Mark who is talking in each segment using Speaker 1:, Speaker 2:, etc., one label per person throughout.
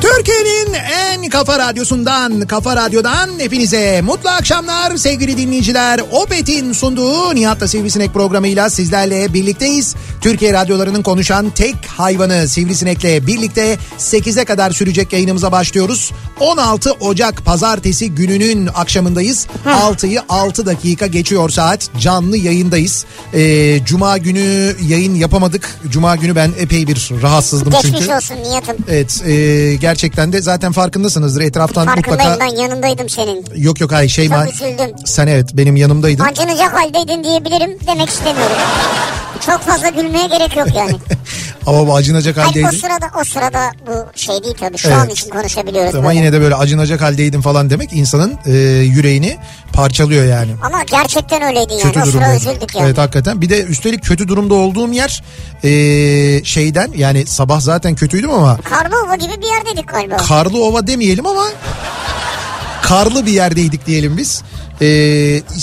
Speaker 1: Türkiye'nin en kafa radyosundan, kafa radyodan hepinize mutlu akşamlar sevgili dinleyiciler. Opet'in sunduğu Nihat'la Sivrisinek programıyla sizlerle birlikteyiz. Türkiye radyolarının konuşan tek hayvanı Sivrisinek'le birlikte 8'e kadar sürecek yayınımıza başlıyoruz. 16 Ocak pazartesi gününün akşamındayız. 6'yı 6 dakika geçiyor saat canlı yayındayız. Ee, Cuma günü yayın yapamadık. Cuma günü ben epey bir rahatsızdım çünkü.
Speaker 2: Geçmiş olsun Nihat'ım.
Speaker 1: Evet e, gerçekten de zaten farkındasınızdır etraftan
Speaker 2: Farkındayım
Speaker 1: mutlaka.
Speaker 2: ben yanındaydım senin.
Speaker 1: Yok yok hayır şey
Speaker 2: Çok üzüldüm.
Speaker 1: sen evet benim yanımdaydın.
Speaker 2: Acınacak haldeydin diyebilirim demek istemiyorum. Çok fazla gülmeye gerek yok yani.
Speaker 1: Ama bu acınacak
Speaker 2: Hayır, o
Speaker 1: haldeydin.
Speaker 2: sırada o sırada bu şey değil tabii şu
Speaker 1: Evet.
Speaker 2: an için konuşabiliyoruz.
Speaker 1: Ama
Speaker 2: böyle.
Speaker 1: yine de böyle acınacak haldeydim falan demek insanın e, yüreğini parçalıyor yani.
Speaker 2: Ama gerçekten öyleydi yani.
Speaker 1: Kötü
Speaker 2: o
Speaker 1: durumda.
Speaker 2: sıra üzüldük yani.
Speaker 1: Evet hakikaten. Bir de üstelik kötü durumda olduğum yer e, şeyden yani sabah zaten kötüydüm ama
Speaker 2: Karlova gibi bir yerdeydik galiba.
Speaker 1: karlı ova demeyelim ama karlı bir yerdeydik diyelim biz. E,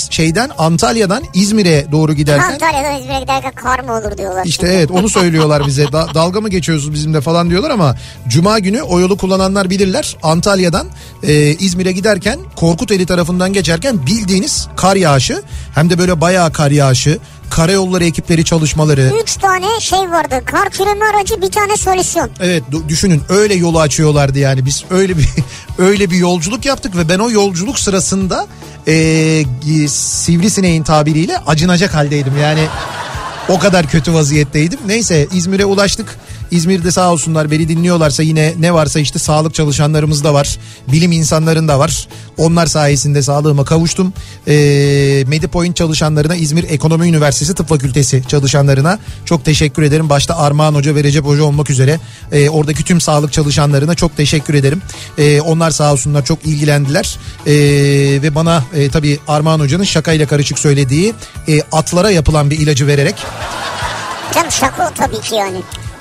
Speaker 1: şeyden Antalya'dan İzmir'e doğru giderken
Speaker 2: Antalya'dan İzmir'e giderken kar mı olur diyorlar.
Speaker 1: İşte
Speaker 2: şimdi.
Speaker 1: evet onu söylüyorlar bize. Da- dalga mı geçiyorsunuz bizimle falan diyorlar ama cuma günü o yolu kullananlar bilirler. Antalya'dan e, İzmir'e giderken Korkuteli tarafından geçerken bildiğiniz kar yağışı hem de böyle bayağı kar yağışı. Karayolları ekipleri çalışmaları.
Speaker 2: Üç tane şey vardı. Kar kireme aracı bir tane solüsyon.
Speaker 1: Evet du- düşünün öyle yolu açıyorlardı yani biz öyle bir öyle bir yolculuk yaptık ve ben o yolculuk sırasında e, e, sivrisineğin tabiriyle acınacak haldeydim yani o kadar kötü vaziyetteydim. Neyse İzmir'e ulaştık. İzmir'de sağ olsunlar beni dinliyorlarsa yine ne varsa işte sağlık çalışanlarımız da var. Bilim insanların da var. Onlar sayesinde sağlığıma kavuştum. E, Medipoint çalışanlarına İzmir Ekonomi Üniversitesi Tıp Fakültesi çalışanlarına çok teşekkür ederim. Başta Armağan Hoca ve Recep Hoca olmak üzere e, oradaki tüm sağlık çalışanlarına çok teşekkür ederim. E, onlar sağ olsunlar çok ilgilendiler. E, ve bana e, tabii Armağan Hoca'nın şakayla karışık söylediği e, atlara yapılan bir ilacı vererek
Speaker 2: Canım şaka o tabii ki yani.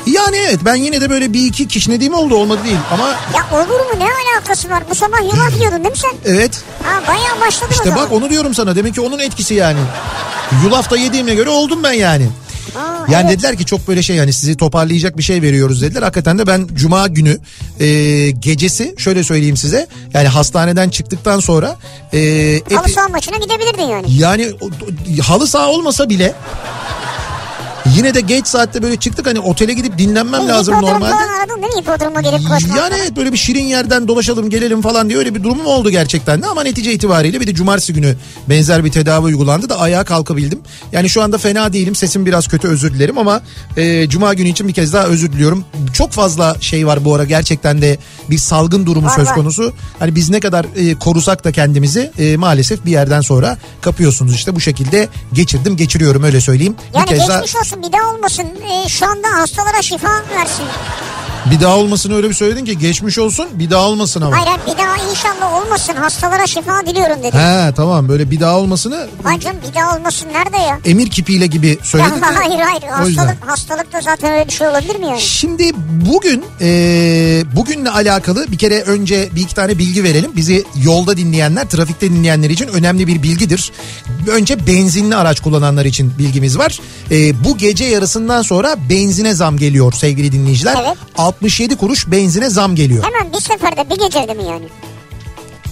Speaker 1: yani evet ben yine de böyle bir iki kişnediğim oldu olmadı değil ama
Speaker 2: Ya olur mu ne alakası var? Bu sabah yulaf yiyordun değil mi sen?
Speaker 1: evet
Speaker 2: Ha bayağı başladın o
Speaker 1: işte
Speaker 2: zaman.
Speaker 1: bak onu diyorum sana demek ki onun etkisi yani. Yulafta yediğime göre oldum ben yani.
Speaker 2: Aa,
Speaker 1: Yani
Speaker 2: evet.
Speaker 1: dediler ki çok böyle şey yani sizi toparlayacak bir şey veriyoruz dediler. Hakikaten de ben cuma günü e, gecesi şöyle söyleyeyim size. Yani hastaneden çıktıktan sonra e, epi-
Speaker 2: Halı saha maçına gidebilirdin yani.
Speaker 1: yani o- o- halı saha olmasa bile yine de geç saatte böyle çıktık hani otele gidip dinlenmem
Speaker 2: E,
Speaker 1: lazım
Speaker 2: hipodrom
Speaker 1: normalde.
Speaker 2: falan aradın değil mi? Hipodroma gelip koşmak.
Speaker 1: Yani evet böyle bir şirin yerden dolaşalım gelelim falan diye öyle bir durumum oldu gerçekten de ama netice itibariyle bir de cumartesi günü benzer bir tedavi uygulandı da ayağa kalkabildim. Yani şu anda fena değilim sesim biraz kötü özür dilerim ama e, cuma günü için bir kez daha özür diliyorum. Çok fazla şey var bu ara gerçekten de bir salgın durumu
Speaker 2: Var,
Speaker 1: söz
Speaker 2: var.
Speaker 1: konusu. Hani biz ne kadar e, korusak da kendimizi e, maalesef bir yerden sonra kapıyorsunuz işte bu şekilde geçirdim geçiriyorum öyle söyleyeyim.
Speaker 2: Yani
Speaker 1: bir kez daha
Speaker 2: geçmiş olsun bir daha olmasın. E, şu anda hastalara şifa versin.
Speaker 1: Bir daha olmasını öyle bir söyledin ki geçmiş olsun bir daha olmasın ama.
Speaker 2: Hayır hayır, bir daha inşallah olmasın hastalara şifa diliyorum dedim.
Speaker 1: He tamam böyle bir daha olmasını
Speaker 2: Bacım bir daha olmasın nerede ya?
Speaker 1: emir kipiyle gibi söyledin. de-
Speaker 2: Ya hayır hayır
Speaker 1: O yüzden.
Speaker 2: hastalık, hastalıkta zaten öyle bir şey olabilir mi yani?
Speaker 1: Şimdi bugün e, bugünle alakalı bir kere önce bir iki tane bilgi verelim. Bizi yolda dinleyenler, trafikte dinleyenler için önemli bir bilgidir. Önce benzinli araç kullananlar için bilgimiz var. E, bu gece yarısından sonra benzine zam geliyor sevgili dinleyiciler.
Speaker 2: Evet.
Speaker 1: 67 kuruş benzine zam geliyor.
Speaker 2: Hemen bir seferde bir gecede mi yani?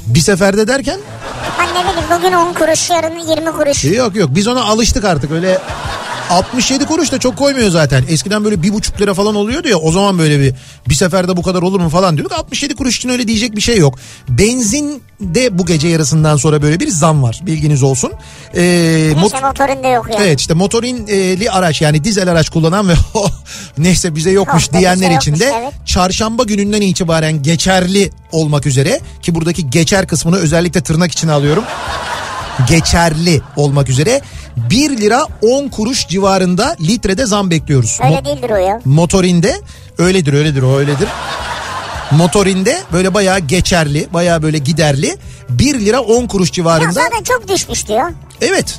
Speaker 1: Bir seferde derken
Speaker 2: Ben ne bileyim bugün 10 kuruş yarın 20 kuruş.
Speaker 1: E, Yok yok biz ona alıştık artık öyle 67 kuruş da çok koymuyor zaten. Eskiden böyle bir buçuk lira falan oluyordu ya o zaman böyle bir bir seferde bu kadar olur mu falan diyorduk. 67 kuruş için öyle diyecek bir şey yok. Benzin de bu gece yarısından sonra böyle bir zam var bilginiz olsun. Ee, mot-
Speaker 2: Neyse motorunda yok yani.
Speaker 1: Evet işte motorinli araç yani dizel araç kullanan ve neyse bize yokmuş
Speaker 2: Yok, bize
Speaker 1: diyenler
Speaker 2: yokmuş,
Speaker 1: için de
Speaker 2: evet.
Speaker 1: çarşamba gününden itibaren geçerli olmak üzere ki buradaki geçer kısmını özellikle tırnak içine alıyorum. Geçerli olmak üzere 1 lira 10 kuruş civarında litrede zam bekliyoruz. Mo-
Speaker 2: Öyle değildir o ya.
Speaker 1: motorinde öyledir öyledir o öyledir. Motorinde böyle bayağı geçerli bayağı böyle giderli 1 lira 10 kuruş
Speaker 2: Ya
Speaker 1: civarında.
Speaker 2: zaten çok düşmüştü ya.
Speaker 1: Evet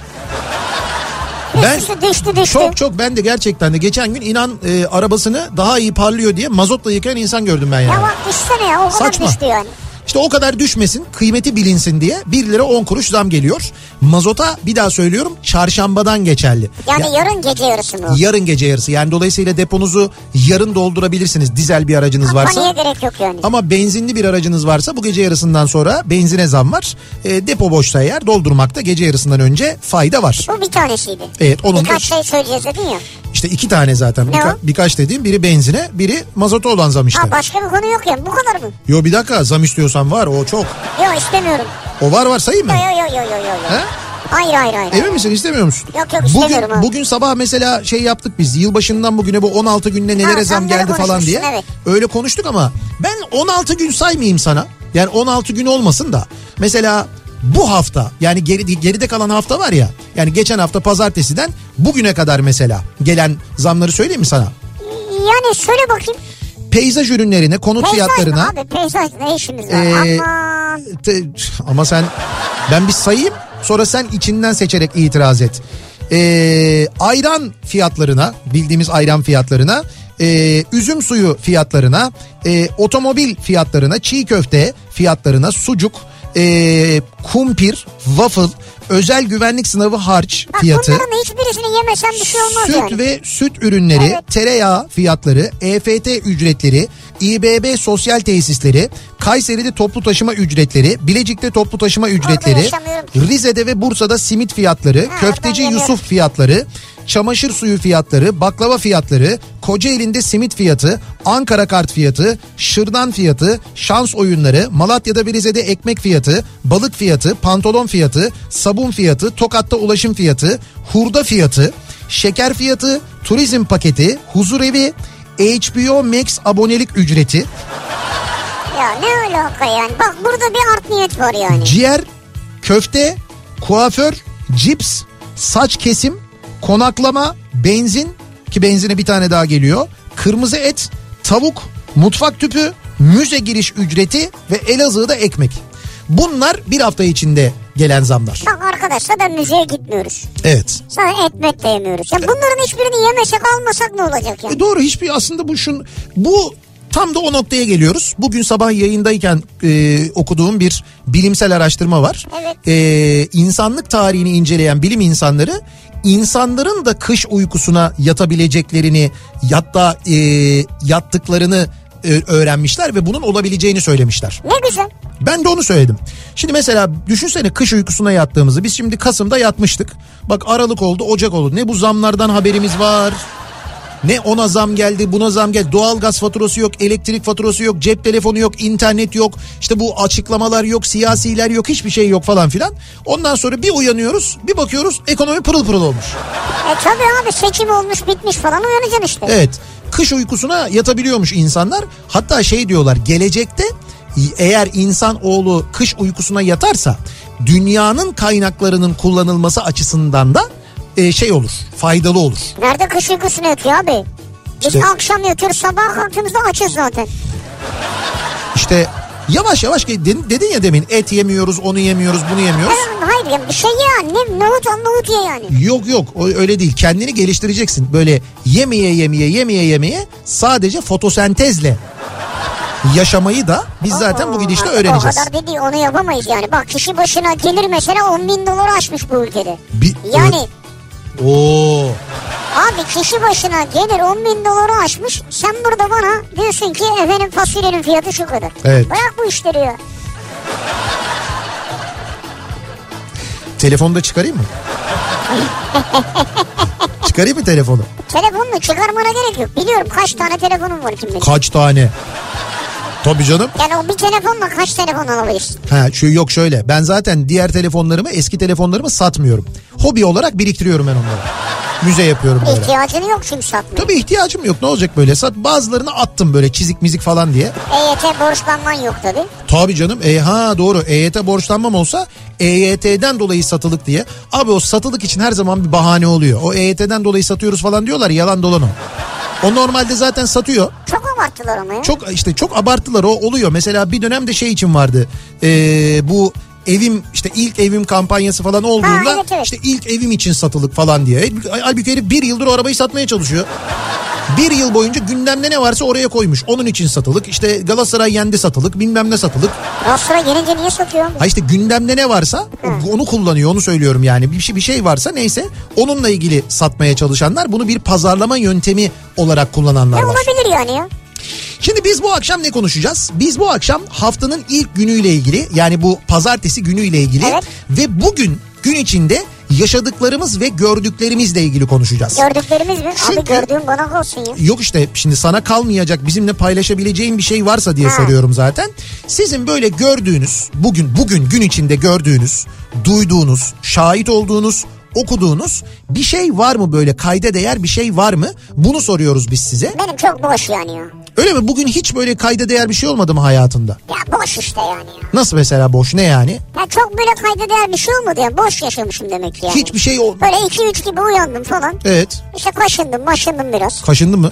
Speaker 1: Ben-
Speaker 2: Ben, düştü düştü düştü.
Speaker 1: Çok çok ben de gerçekten de geçen gün inan e, arabasını daha iyi parlıyor diye mazotla yıkayan insan gördüm ben yani.
Speaker 2: Ya bak düşsene ya o kadar
Speaker 1: Saçma.
Speaker 2: düştü yani.
Speaker 1: İşte o kadar düşmesin kıymeti bilinsin diye 1 lira 10 kuruş zam geliyor. Mazota bir daha söylüyorum çarşambadan geçerli.
Speaker 2: Yani
Speaker 1: Ya-
Speaker 2: yarın gece yarısı mı?
Speaker 1: yarın gece yarısı yani dolayısıyla deponuzu yarın doldurabilirsiniz dizel bir aracınız varsa.
Speaker 2: Paniğe gerek yok yani.
Speaker 1: Ama benzinli bir aracınız varsa bu gece yarısından sonra benzine zam var. E, depo boşsa eğer doldurmakta gece yarısından önce fayda var.
Speaker 2: Bu bir tanesiydi.
Speaker 1: Evet, onun da
Speaker 2: Birkaç
Speaker 1: iş-
Speaker 2: şey söyleyeceğiz dedin ya.
Speaker 1: İşte iki tane zaten.
Speaker 2: Ne
Speaker 1: Birka-
Speaker 2: o?
Speaker 1: birkaç dediğim biri benzine, biri mazota olan zam işte.
Speaker 2: Ha başka bir konu yok yani bu kadar mı?
Speaker 1: Yo bir dakika zam istiyorsan var o çok.
Speaker 2: Yok istemiyorum.
Speaker 1: O var var sayayım mı?
Speaker 2: Yok yok yok yok yok. Yo.
Speaker 1: He?
Speaker 2: Hayır hayır hayır.
Speaker 1: Emin misin istemiyor musun?
Speaker 2: Yok, yok,
Speaker 1: bugün,
Speaker 2: istemiyorum abi.
Speaker 1: bugün sabah mesela şey yaptık biz yılbaşından bugüne bu 16 günde nelere
Speaker 2: Ha,
Speaker 1: zam
Speaker 2: zamları
Speaker 1: geldi falan diye.
Speaker 2: konuşmuşsun, evet.
Speaker 1: Öyle konuştuk ama ben 16 gün saymayayım sana. Yani 16 gün olmasın da mesela bu hafta yani geri, geride kalan hafta var ya yani geçen hafta pazartesiden bugüne kadar mesela gelen zamları söyleyeyim mi sana?
Speaker 2: Yani söyle bakayım.
Speaker 1: Peyzaj ürünlerine, konut
Speaker 2: Peyzaj
Speaker 1: fiyatlarına.
Speaker 2: mı abi? Peyzaj ne işimiz var?
Speaker 1: Ee,
Speaker 2: Aman.
Speaker 1: Te- ama sen ben bir sayayım sonra sen içinden seçerek itiraz et. Ee, ayran fiyatlarına bildiğimiz ayran fiyatlarına e, üzüm suyu fiyatlarına e, otomobil fiyatlarına çiğ köfte fiyatlarına sucuk e, kumpir waffle özel güvenlik sınavı harç
Speaker 2: Bak
Speaker 1: fiyatı.
Speaker 2: bunların hiçbirisini yemesen bir şey olmaz
Speaker 1: Süt
Speaker 2: yani.
Speaker 1: ve süt ürünleri,
Speaker 2: Evet.
Speaker 1: tereyağı fiyatları, EFT ücretleri, İBB sosyal tesisleri, Kayseri'de toplu taşıma ücretleri, Bilecik'te toplu taşıma ücretleri,
Speaker 2: yaşamıyorum.
Speaker 1: Rize'de ve Bursa'da simit fiyatları,
Speaker 2: Ha,
Speaker 1: Köfteci
Speaker 2: ben
Speaker 1: Yusuf
Speaker 2: yemiyorum.
Speaker 1: fiyatları, çamaşır suyu fiyatları, baklava fiyatları, Kocaeli'nde simit fiyatı, Ankara kart fiyatı, şırdan fiyatı, şans oyunları, Malatya'da ve Rize'de ekmek fiyatı, balık fiyatı, pantolon fiyatı, sabun fiyatı, Tokat'ta ulaşım fiyatı, hurda fiyatı, şeker fiyatı, turizm paketi, huzurevi, HBO Max abonelik ücreti,
Speaker 2: Ya ne alaka yani? Bak burada bir art niyet var yani.
Speaker 1: ciğer, köfte, kuaför, cips, saç kesim, konaklama, benzin ki benzine bir tane daha geliyor. Kırmızı et, tavuk, mutfak tüpü, müze giriş ücreti ve Elazığ'da ekmek. Bunlar bir hafta içinde gelen zamlar.
Speaker 2: Bak arkadaşlar da müzeye gitmiyoruz.
Speaker 1: Evet.
Speaker 2: Sana et met de yemiyoruz. Ya bunların hiçbirini yemesek almasak ne olacak yani?
Speaker 1: E doğru hiçbir aslında bu şun bu tam da o noktaya geliyoruz. Bugün sabah yayındayken e, okuduğum bir bilimsel araştırma var.
Speaker 2: Evet.
Speaker 1: E, insanlık tarihini inceleyen bilim insanları insanların da kış uykusuna yatabileceklerini hatta e, yattıklarını e, öğrenmişler ve bunun olabileceğini söylemişler.
Speaker 2: Ne güzel.
Speaker 1: Ben de onu söyledim. Şimdi mesela düşünsene kış uykusuna yattığımızı. Biz şimdi Kasım'da yatmıştık. Bak Aralık oldu, Ocak oldu. Ne bu zamlardan haberimiz var. Ne ona zam geldi, buna zam geldi. Doğalgaz faturası yok, elektrik faturası yok, cep telefonu yok, internet yok. İşte bu açıklamalar yok, siyasiler yok, hiçbir şey yok falan filan. Ondan sonra bir uyanıyoruz, bir bakıyoruz ekonomi pırıl pırıl olmuş.
Speaker 2: E tabii abi seçim olmuş bitmiş falan uyanacaksın işte.
Speaker 1: Evet. Kış uykusuna yatabiliyormuş insanlar. Hatta şey diyorlar gelecekte eğer insan oğlu kış uykusuna yatarsa dünyanın kaynaklarının kullanılması açısından da e, şey olur faydalı olur.
Speaker 2: Nerede kış uykusunu yatıyor abi? Biz
Speaker 1: İşte-
Speaker 2: akşam yatıyoruz sabah kalktığımızda açız zaten.
Speaker 1: İşte yavaş yavaş dedin, dedin ya demin et yemiyoruz onu yemiyoruz bunu yemiyoruz.
Speaker 2: Hayır, hayır ya bir şey ya ne nohut o nohut ye yani.
Speaker 1: Yok yok o öyle değil. Kendini geliştireceksin. Böyle yemeye yemeye yemeye yemeye sadece fotosentezle yaşamayı da biz zaten bu gidişle
Speaker 2: Artık
Speaker 1: öğreneceğiz.
Speaker 2: O kadar da değil onu yapamayız yani. Bak kişi başına gelir mesela 10 bin dolar aşmış bu ülkede.
Speaker 1: Bir-
Speaker 2: Yani
Speaker 1: Oo.
Speaker 2: abi kişi başına gelir 10 bin doları aşmış. Sen burada bana diyorsun ki efendim fasulyenin fiyatı şu kadar.
Speaker 1: Evet.
Speaker 2: Bırak bu işleri ya.
Speaker 1: Telefonu da çıkarayım mı? çıkarayım mı telefonu?
Speaker 2: Telefonunu çıkarmana gerek yok. Biliyorum kaç tane telefonum var kim bilir.
Speaker 1: Kaç tane? Tabii canım.
Speaker 2: Yani o bir telefonla kaç telefon alabilirsin?
Speaker 1: Ha şu yok şöyle. Ben zaten diğer telefonlarımı, eski telefonlarımı satmıyorum. Hobi olarak biriktiriyorum ben onları. Müze yapıyorum böyle.
Speaker 2: İhtiyacın yok çünkü satmaya.
Speaker 1: Tabii ihtiyacım yok. Ne olacak böyle? Sat bazılarını attım böyle çizik mizik falan diye.
Speaker 2: EYT E borçlanman yok tabii.
Speaker 1: Tabii canım. E, ha doğru. EYT borçlanmam olsa EYT'den dolayı satılık diye. Abi o satılık için her zaman bir bahane oluyor. O EYT'den dolayı satıyoruz falan diyorlar. Yalan dolan o. O normalde zaten satıyor.
Speaker 2: Çok abarttılar ama ya.
Speaker 1: Çok işte çok abarttılar o oluyor. Mesela bir dönemde şey için vardı. Ee, bu evim işte ilk evim kampanyası falan olduğunda
Speaker 2: Ha, evet, evet.
Speaker 1: işte ilk evim için satılık falan diye. Halbuki- Halbuki herif bir yıldır o arabayı satmaya çalışıyor. Bir yıl boyunca gündemde ne varsa oraya koymuş. Onun için satılık. İşte Galatasaray yendi satılık. Bilmem ne satılık.
Speaker 2: Rostra gelince niye satıyor?
Speaker 1: Ha işte gündemde ne varsa onu kullanıyor onu söylüyorum yani. Bir şey bir şey varsa neyse onunla ilgili satmaya çalışanlar bunu bir pazarlama yöntemi olarak kullananlar
Speaker 2: Ne
Speaker 1: var.
Speaker 2: olabilir yani ya?
Speaker 1: Şimdi biz bu akşam ne konuşacağız? Biz bu akşam haftanın ilk günüyle ilgili yani bu pazartesi günüyle ilgili
Speaker 2: Evet.
Speaker 1: ve bugün gün içinde yaşadıklarımız ve gördüklerimizle ilgili konuşacağız.
Speaker 2: Gördüklerimiz mi?
Speaker 1: Çünkü-
Speaker 2: Abi gördüğüm bana olsun ya.
Speaker 1: Yok işte şimdi sana kalmayacak bizimle paylaşabileceğin bir şey varsa diye
Speaker 2: Ha.
Speaker 1: soruyorum zaten. Sizin böyle gördüğünüz bugün bugün gün içinde gördüğünüz, duyduğunuz, şahit olduğunuz, okuduğunuz bir şey var mı böyle kayda değer bir şey var mı? Bunu soruyoruz biz size.
Speaker 2: Benim çok boş yani ya.
Speaker 1: Öyle mi? Bugün hiç böyle kayda değer bir şey olmadı mı hayatında?
Speaker 2: Ya boş işte yani ya.
Speaker 1: Nasıl mesela boş ne yani?
Speaker 2: Ya çok böyle kayda değer bir şey olmadı ya. Boş yaşamışım demek ki yani.
Speaker 1: Hiçbir şey ol.
Speaker 2: Böyle 2-3 gibi uyandım falan.
Speaker 1: Evet.
Speaker 2: İşte kaşındım maşındım biraz.
Speaker 1: Kaşındı mı?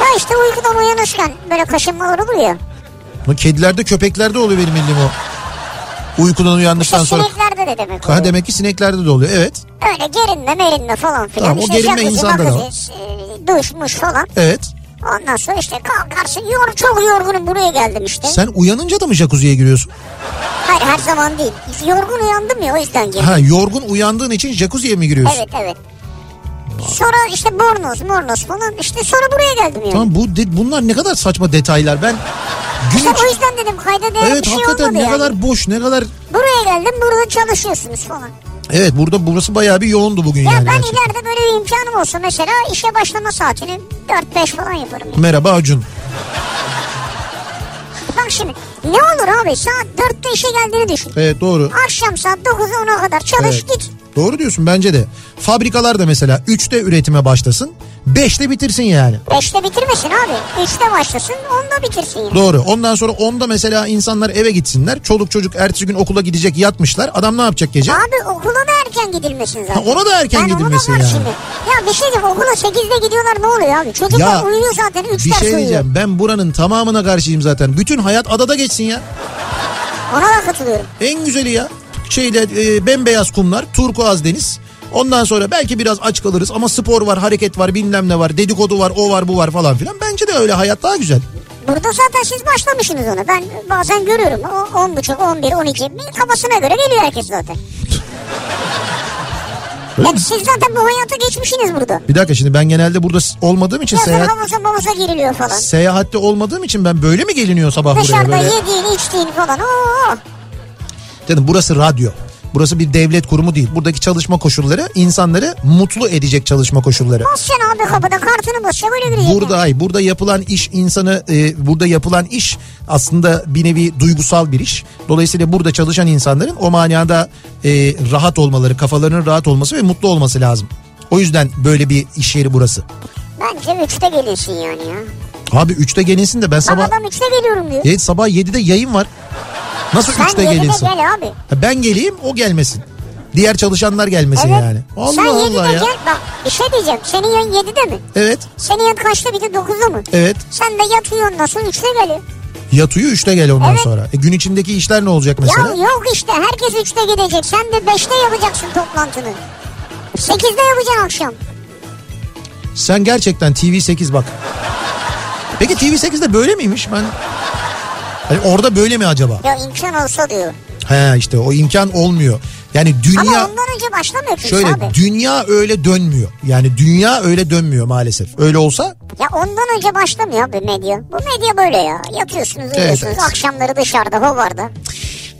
Speaker 2: Ya işte uykudan uyanırken böyle kaşınmalar olur ya.
Speaker 1: Bu kedilerde köpeklerde oluyor benim bildiğim o. Uykudan
Speaker 2: İşte
Speaker 1: uyandıktan sonra.
Speaker 2: sineklerde de demek oluyor.
Speaker 1: Ha demek ki sineklerde de oluyor. Evet.
Speaker 2: Öyle gerinme merinme falan filan.
Speaker 1: Tamam, o
Speaker 2: işte
Speaker 1: gerinme
Speaker 2: jacuzzi,
Speaker 1: insanda da
Speaker 2: makuzzi, e, duş muş falan.
Speaker 1: Evet.
Speaker 2: Ondan sonra işte kalkarsın yor, çok yorgunum buraya geldim işte.
Speaker 1: Sen uyanınca da mı jacuzziye giriyorsun?
Speaker 2: Hayır her zaman değil. Yorgun uyandım ya o yüzden girdim.
Speaker 1: Ha yorgun uyandığın için jacuzziye mi giriyorsun?
Speaker 2: E? Evet evet. Sonra işte bornoz mornoz falan işte sonra buraya geldim yani.
Speaker 1: Tamam bu de- bunlar ne kadar saçma detaylar. Ben gün
Speaker 2: İşte o
Speaker 1: içi-
Speaker 2: yüzden dedim kayda değer
Speaker 1: Evet
Speaker 2: bir şey
Speaker 1: hakikaten
Speaker 2: olmadı
Speaker 1: ne
Speaker 2: yani.
Speaker 1: kadar boş ne kadar
Speaker 2: Buraya geldim burada çalışıyorsunuz falan.
Speaker 1: Evet burada burası bayağı bir yoğundu bugün
Speaker 2: Ya
Speaker 1: yani.
Speaker 2: ben
Speaker 1: gerçekten.
Speaker 2: ileride böyle bir imkanım olsa mesela işe başlama saatini 4-5 falan yaparım. yani.
Speaker 1: Merhaba Acun.
Speaker 2: Bak şimdi ne olur abi saat 4'te işe geldiğini düşün.
Speaker 1: Evet doğru.
Speaker 2: Akşam saat 9'a 10'a kadar çalış
Speaker 1: Evet.
Speaker 2: git.
Speaker 1: Doğru diyorsun bence de. Fabrikalar da mesela 3'te üretime başlasın, 5'te bitirsin yani.
Speaker 2: 5'te bitirmesin abi. 3'te başlasın 10'da bitirsin yani.
Speaker 1: Doğru. Ondan sonra 10'da mesela insanlar eve gitsinler. Çoluk çocuk ertesi gün okula gidecek yatmışlar. Adam ne yapacak gece?
Speaker 2: Abi okula da erken gidilmesin zaten.
Speaker 1: Ha, ona da erken
Speaker 2: Yani ona da
Speaker 1: gidilmesin
Speaker 2: var
Speaker 1: yani.
Speaker 2: şimdi. Ya bir şey diyeyim okula 8'de gidiyorlar ne oluyor abi? Çocuklar uyuyor zaten 3
Speaker 1: bir
Speaker 2: ders
Speaker 1: şey
Speaker 2: uyuyor.
Speaker 1: diyeceğim. Ben buranın tamamına karşıyım zaten. Bütün hayat adada geçsin ya.
Speaker 2: Ona da katılıyorum.
Speaker 1: En güzeli ya. Şeyde e, bembeyaz kumlar, turkuaz deniz. Ondan sonra belki biraz aç kalırız ama spor var, hareket var, bilmem ne var, dedikodu var, o var, bu var falan filan. Bence de öyle hayat daha güzel.
Speaker 2: Burada zaten siz başlamışsınız ona. Ben bazen görüyorum. O 10.30, 11, 12 bir kafasına göre geliyor herkes zaten.
Speaker 1: Öyle mi?
Speaker 2: Siz zaten bu hayata geçmişsiniz burada.
Speaker 1: Bir dakika şimdi ben genelde burada s- olmadığım için
Speaker 2: Yazın
Speaker 1: seyahat
Speaker 2: havuza mavaza giriliyor falan.
Speaker 1: seyahatte olmadığım için ben böyle mi geliniyor sabah buraya
Speaker 2: Dışarıda
Speaker 1: böyle?
Speaker 2: yediğin içtiğin falan. Oo.
Speaker 1: Dedim burası radyo. Burası bir devlet kurumu değil. Buradaki çalışma koşulları insanları mutlu edecek çalışma koşulları.
Speaker 2: Basacaksın abi kapıda kartını basacaksın böyle gireceksin.
Speaker 1: Burada ay burada yapılan iş insanı e, burada yapılan iş aslında bir nevi duygusal bir iş. Dolayısıyla burada çalışan insanların o manada e, rahat olmaları, kafalarının rahat olması ve mutlu olması lazım. O yüzden böyle bir iş yeri burası.
Speaker 2: Bence 3'te gelirsin yani ya.
Speaker 1: Abi 3'te gelinsin de ben
Speaker 2: Bak
Speaker 1: sabah
Speaker 2: adam 3'te geliyorum diyor.
Speaker 1: Evet sabah 7'de yayın var. Nasıl
Speaker 2: Sen
Speaker 1: 3'te
Speaker 2: 7'de
Speaker 1: gelinsin?
Speaker 2: gel abi.
Speaker 1: Ha, Ben geleyim o gelmesin. Diğer çalışanlar gelmesin
Speaker 2: Evet.
Speaker 1: yani. Allah
Speaker 2: Sen
Speaker 1: Allah
Speaker 2: 7'de
Speaker 1: ya.
Speaker 2: gel bak bir şey diyeceğim. Senin yayın 7'de mi?
Speaker 1: Evet.
Speaker 2: Senin yayın kaçta bitiyor 9'da mı?
Speaker 1: Evet.
Speaker 2: Sen de yat uyu ondan sonra 3'te geliyor.
Speaker 1: Yat uyu 3'te gel ondan
Speaker 2: Evet.
Speaker 1: sonra. E, gün içindeki işler ne olacak mesela?
Speaker 2: Ya yok işte herkes 3'te gidecek. Sen de 5'te yapacaksın toplantını. 8'de yapacaksın akşam.
Speaker 1: Sen gerçekten TV8 bak. Peki TV8'de böyle miymiş? Ben Hani orada böyle mi acaba?
Speaker 2: Ya imkan olsa diyor.
Speaker 1: He işte o imkan olmuyor. Yani
Speaker 2: Ama
Speaker 1: dünya
Speaker 2: ondan önce başlamıyor kimse
Speaker 1: şöyle
Speaker 2: abi.
Speaker 1: dünya öyle dönmüyor. Yani dünya öyle dönmüyor maalesef. Öyle olsa
Speaker 2: Ya ondan önce başlamıyor abi medya. Bu medya böyle ya. Yatıyorsunuz uyuyorsunuz.
Speaker 1: evet.
Speaker 2: Akşamları dışarıda hovarda.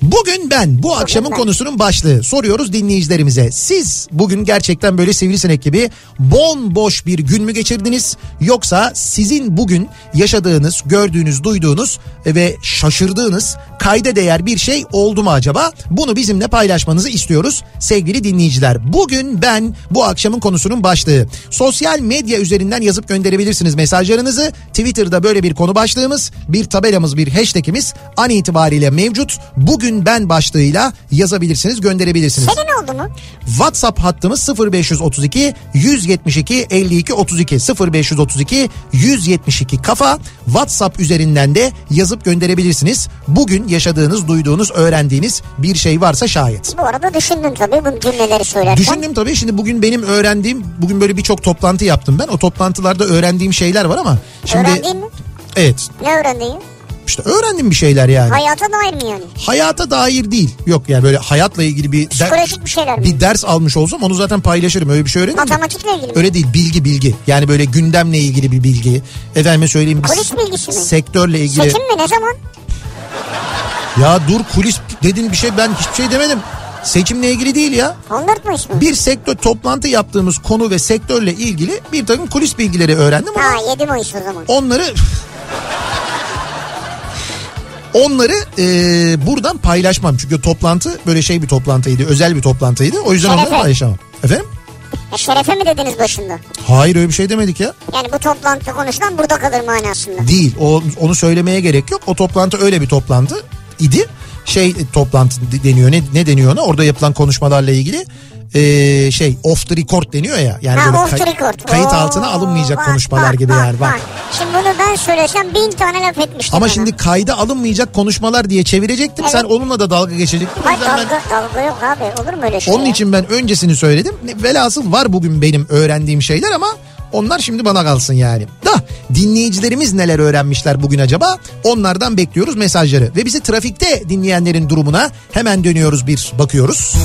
Speaker 1: Bugün ben bu akşamın
Speaker 2: ben.
Speaker 1: konusunun başlığı soruyoruz dinleyicilerimize. Siz bugün gerçekten böyle sivrisinek gibi bomboş bir gün mü geçirdiniz yoksa sizin bugün yaşadığınız, gördüğünüz, duyduğunuz ve şaşırdığınız kayda değer bir şey oldu mu acaba? Bunu bizimle paylaşmanızı istiyoruz sevgili dinleyiciler. Bugün ben bu akşamın konusunun başlığı. Sosyal medya üzerinden yazıp gönderebilirsiniz mesajlarınızı. Twitter'da böyle bir konu başlığımız, bir tabelamız, bir hashtagimiz an itibariyle mevcut. Bugün ben başlığıyla yazabilirsiniz, gönderebilirsiniz.
Speaker 2: Senin oldu mu?
Speaker 1: WhatsApp hattımız 0532 172 52 32 0532 172 kafa WhatsApp üzerinden de yazıp gönderebilirsiniz. Bugün yaşadığınız, duyduğunuz, öğrendiğiniz bir şey varsa şayet.
Speaker 2: Bu arada düşündüm tabii bu cümleleri söylerken.
Speaker 1: Düşündüm tabii şimdi bugün benim öğrendiğim bugün böyle birçok toplantı yaptım ben. O toplantılarda öğrendiğim şeyler var ama şimdi
Speaker 2: Öğrendiğin mi?
Speaker 1: evet
Speaker 2: Ne öğrendiğin?
Speaker 1: işte öğrendim bir şeyler yani.
Speaker 2: Hayata dair mi yani?
Speaker 1: Hayata dair değil. Yok yani böyle hayatla ilgili bir der-
Speaker 2: Psikolojik bir şeyler mi?
Speaker 1: bir ders almış olsam onu zaten paylaşırım. Öyle bir şey öğrendim.
Speaker 2: Matematikle ilgili mi?
Speaker 1: Öyle değil bilgi bilgi. Yani böyle gündemle ilgili bir bilgi. Efendime söyleyeyim bir
Speaker 2: Kulis bilgisi mi?
Speaker 1: sektörle ilgili.
Speaker 2: Seçim mi ne zaman?
Speaker 1: Ya dur kulis dedin bir şey ben hiçbir şey demedim. Seçimle ilgili değil ya.
Speaker 2: 14 Mayıs mı?
Speaker 1: Bir sektör toplantı yaptığımız konu ve sektörle ilgili bir takım kulis bilgileri öğrendim ama
Speaker 2: Ha 7 Mayıs o zaman.
Speaker 1: onları onları eee, buradan paylaşmam. Çünkü toplantı böyle şey bir toplantıydı, özel bir toplantıydı. O yüzden onları
Speaker 2: Şerefe.
Speaker 1: paylaşamam. Efendim?
Speaker 2: Ya şerefe mi dediniz başında?
Speaker 1: Hayır öyle bir şey demedik ya.
Speaker 2: Yani bu toplantı konuşulan burada kalır manasında.
Speaker 1: Değil. O, onu söylemeye gerek yok. O toplantı öyle bir toplantı idi. Şey e, toplantı de- deniyor. Ne, ne deniyor ona? Orada yapılan konuşmalarla ilgili eee, şey off the record deniyor ya. Yani
Speaker 2: Ha
Speaker 1: böyle
Speaker 2: off
Speaker 1: kay-
Speaker 2: the record.
Speaker 1: kayıt
Speaker 2: Oo,
Speaker 1: altına alınmayacak
Speaker 2: bak,
Speaker 1: konuşmalar
Speaker 2: bak,
Speaker 1: gibi
Speaker 2: bak,
Speaker 1: yani. Bak.
Speaker 2: bak. Şimdi bunu ben söylesem bin tane laf etmiştim.
Speaker 1: Ama
Speaker 2: bana.
Speaker 1: şimdi kayda alınmayacak konuşmalar diye çevirecektim.
Speaker 2: Evet.
Speaker 1: Sen onunla da dalga geçecektin. O
Speaker 2: Hayır
Speaker 1: yüzden ben-
Speaker 2: dalga, dalga yok abi olur mu öyle şey?
Speaker 1: Onun
Speaker 2: ya?
Speaker 1: için ben öncesini söyledim. Velhasıl var bugün benim öğrendiğim şeyler ama onlar şimdi bana kalsın yani. Da dinleyicilerimiz neler öğrenmişler bugün acaba? Onlardan bekliyoruz mesajları. Ve bizi trafikte dinleyenlerin durumuna hemen dönüyoruz bir bakıyoruz.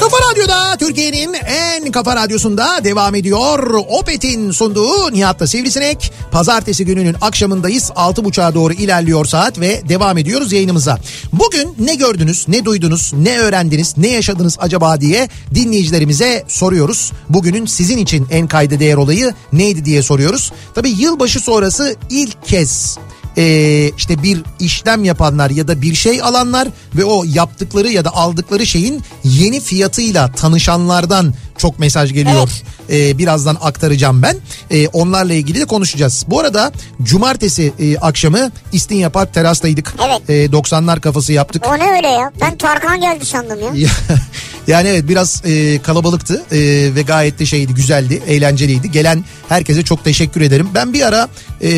Speaker 1: Kafa Radyo'da Türkiye'nin en kafa radyosunda devam ediyor. Opet'in sunduğu Nihat'la Sivrisinek. Pazartesi gününün akşamındayız. 6.30'a doğru ilerliyor saat ve devam ediyoruz yayınımıza. Bugün ne gördünüz, ne duydunuz, ne öğrendiniz, ne yaşadınız acaba diye dinleyicilerimize soruyoruz. Bugünün sizin için en kayda değer olayı neydi diye soruyoruz. Tabii yılbaşı sonrası ilk kez ee, işte bir işlem yapanlar ya da bir şey alanlar ve o yaptıkları ya da aldıkları şeyin yeni fiyatıyla tanışanlardan çok mesaj geliyor. Ee, birazdan aktaracağım ben. Ee, onlarla ilgili de konuşacağız. Bu arada cumartesi e, akşamı İstinye Park terastaydık.
Speaker 2: Evet.
Speaker 1: Ee, 90'lar kafası yaptık.
Speaker 2: O ne öyle ya? Ben Tarkan geldi sandım ya.
Speaker 1: yani evet biraz e, kalabalıktı e, ve gayet de şeydi güzeldi eğlenceliydi. Gelen herkese çok teşekkür ederim. Ben bir ara e,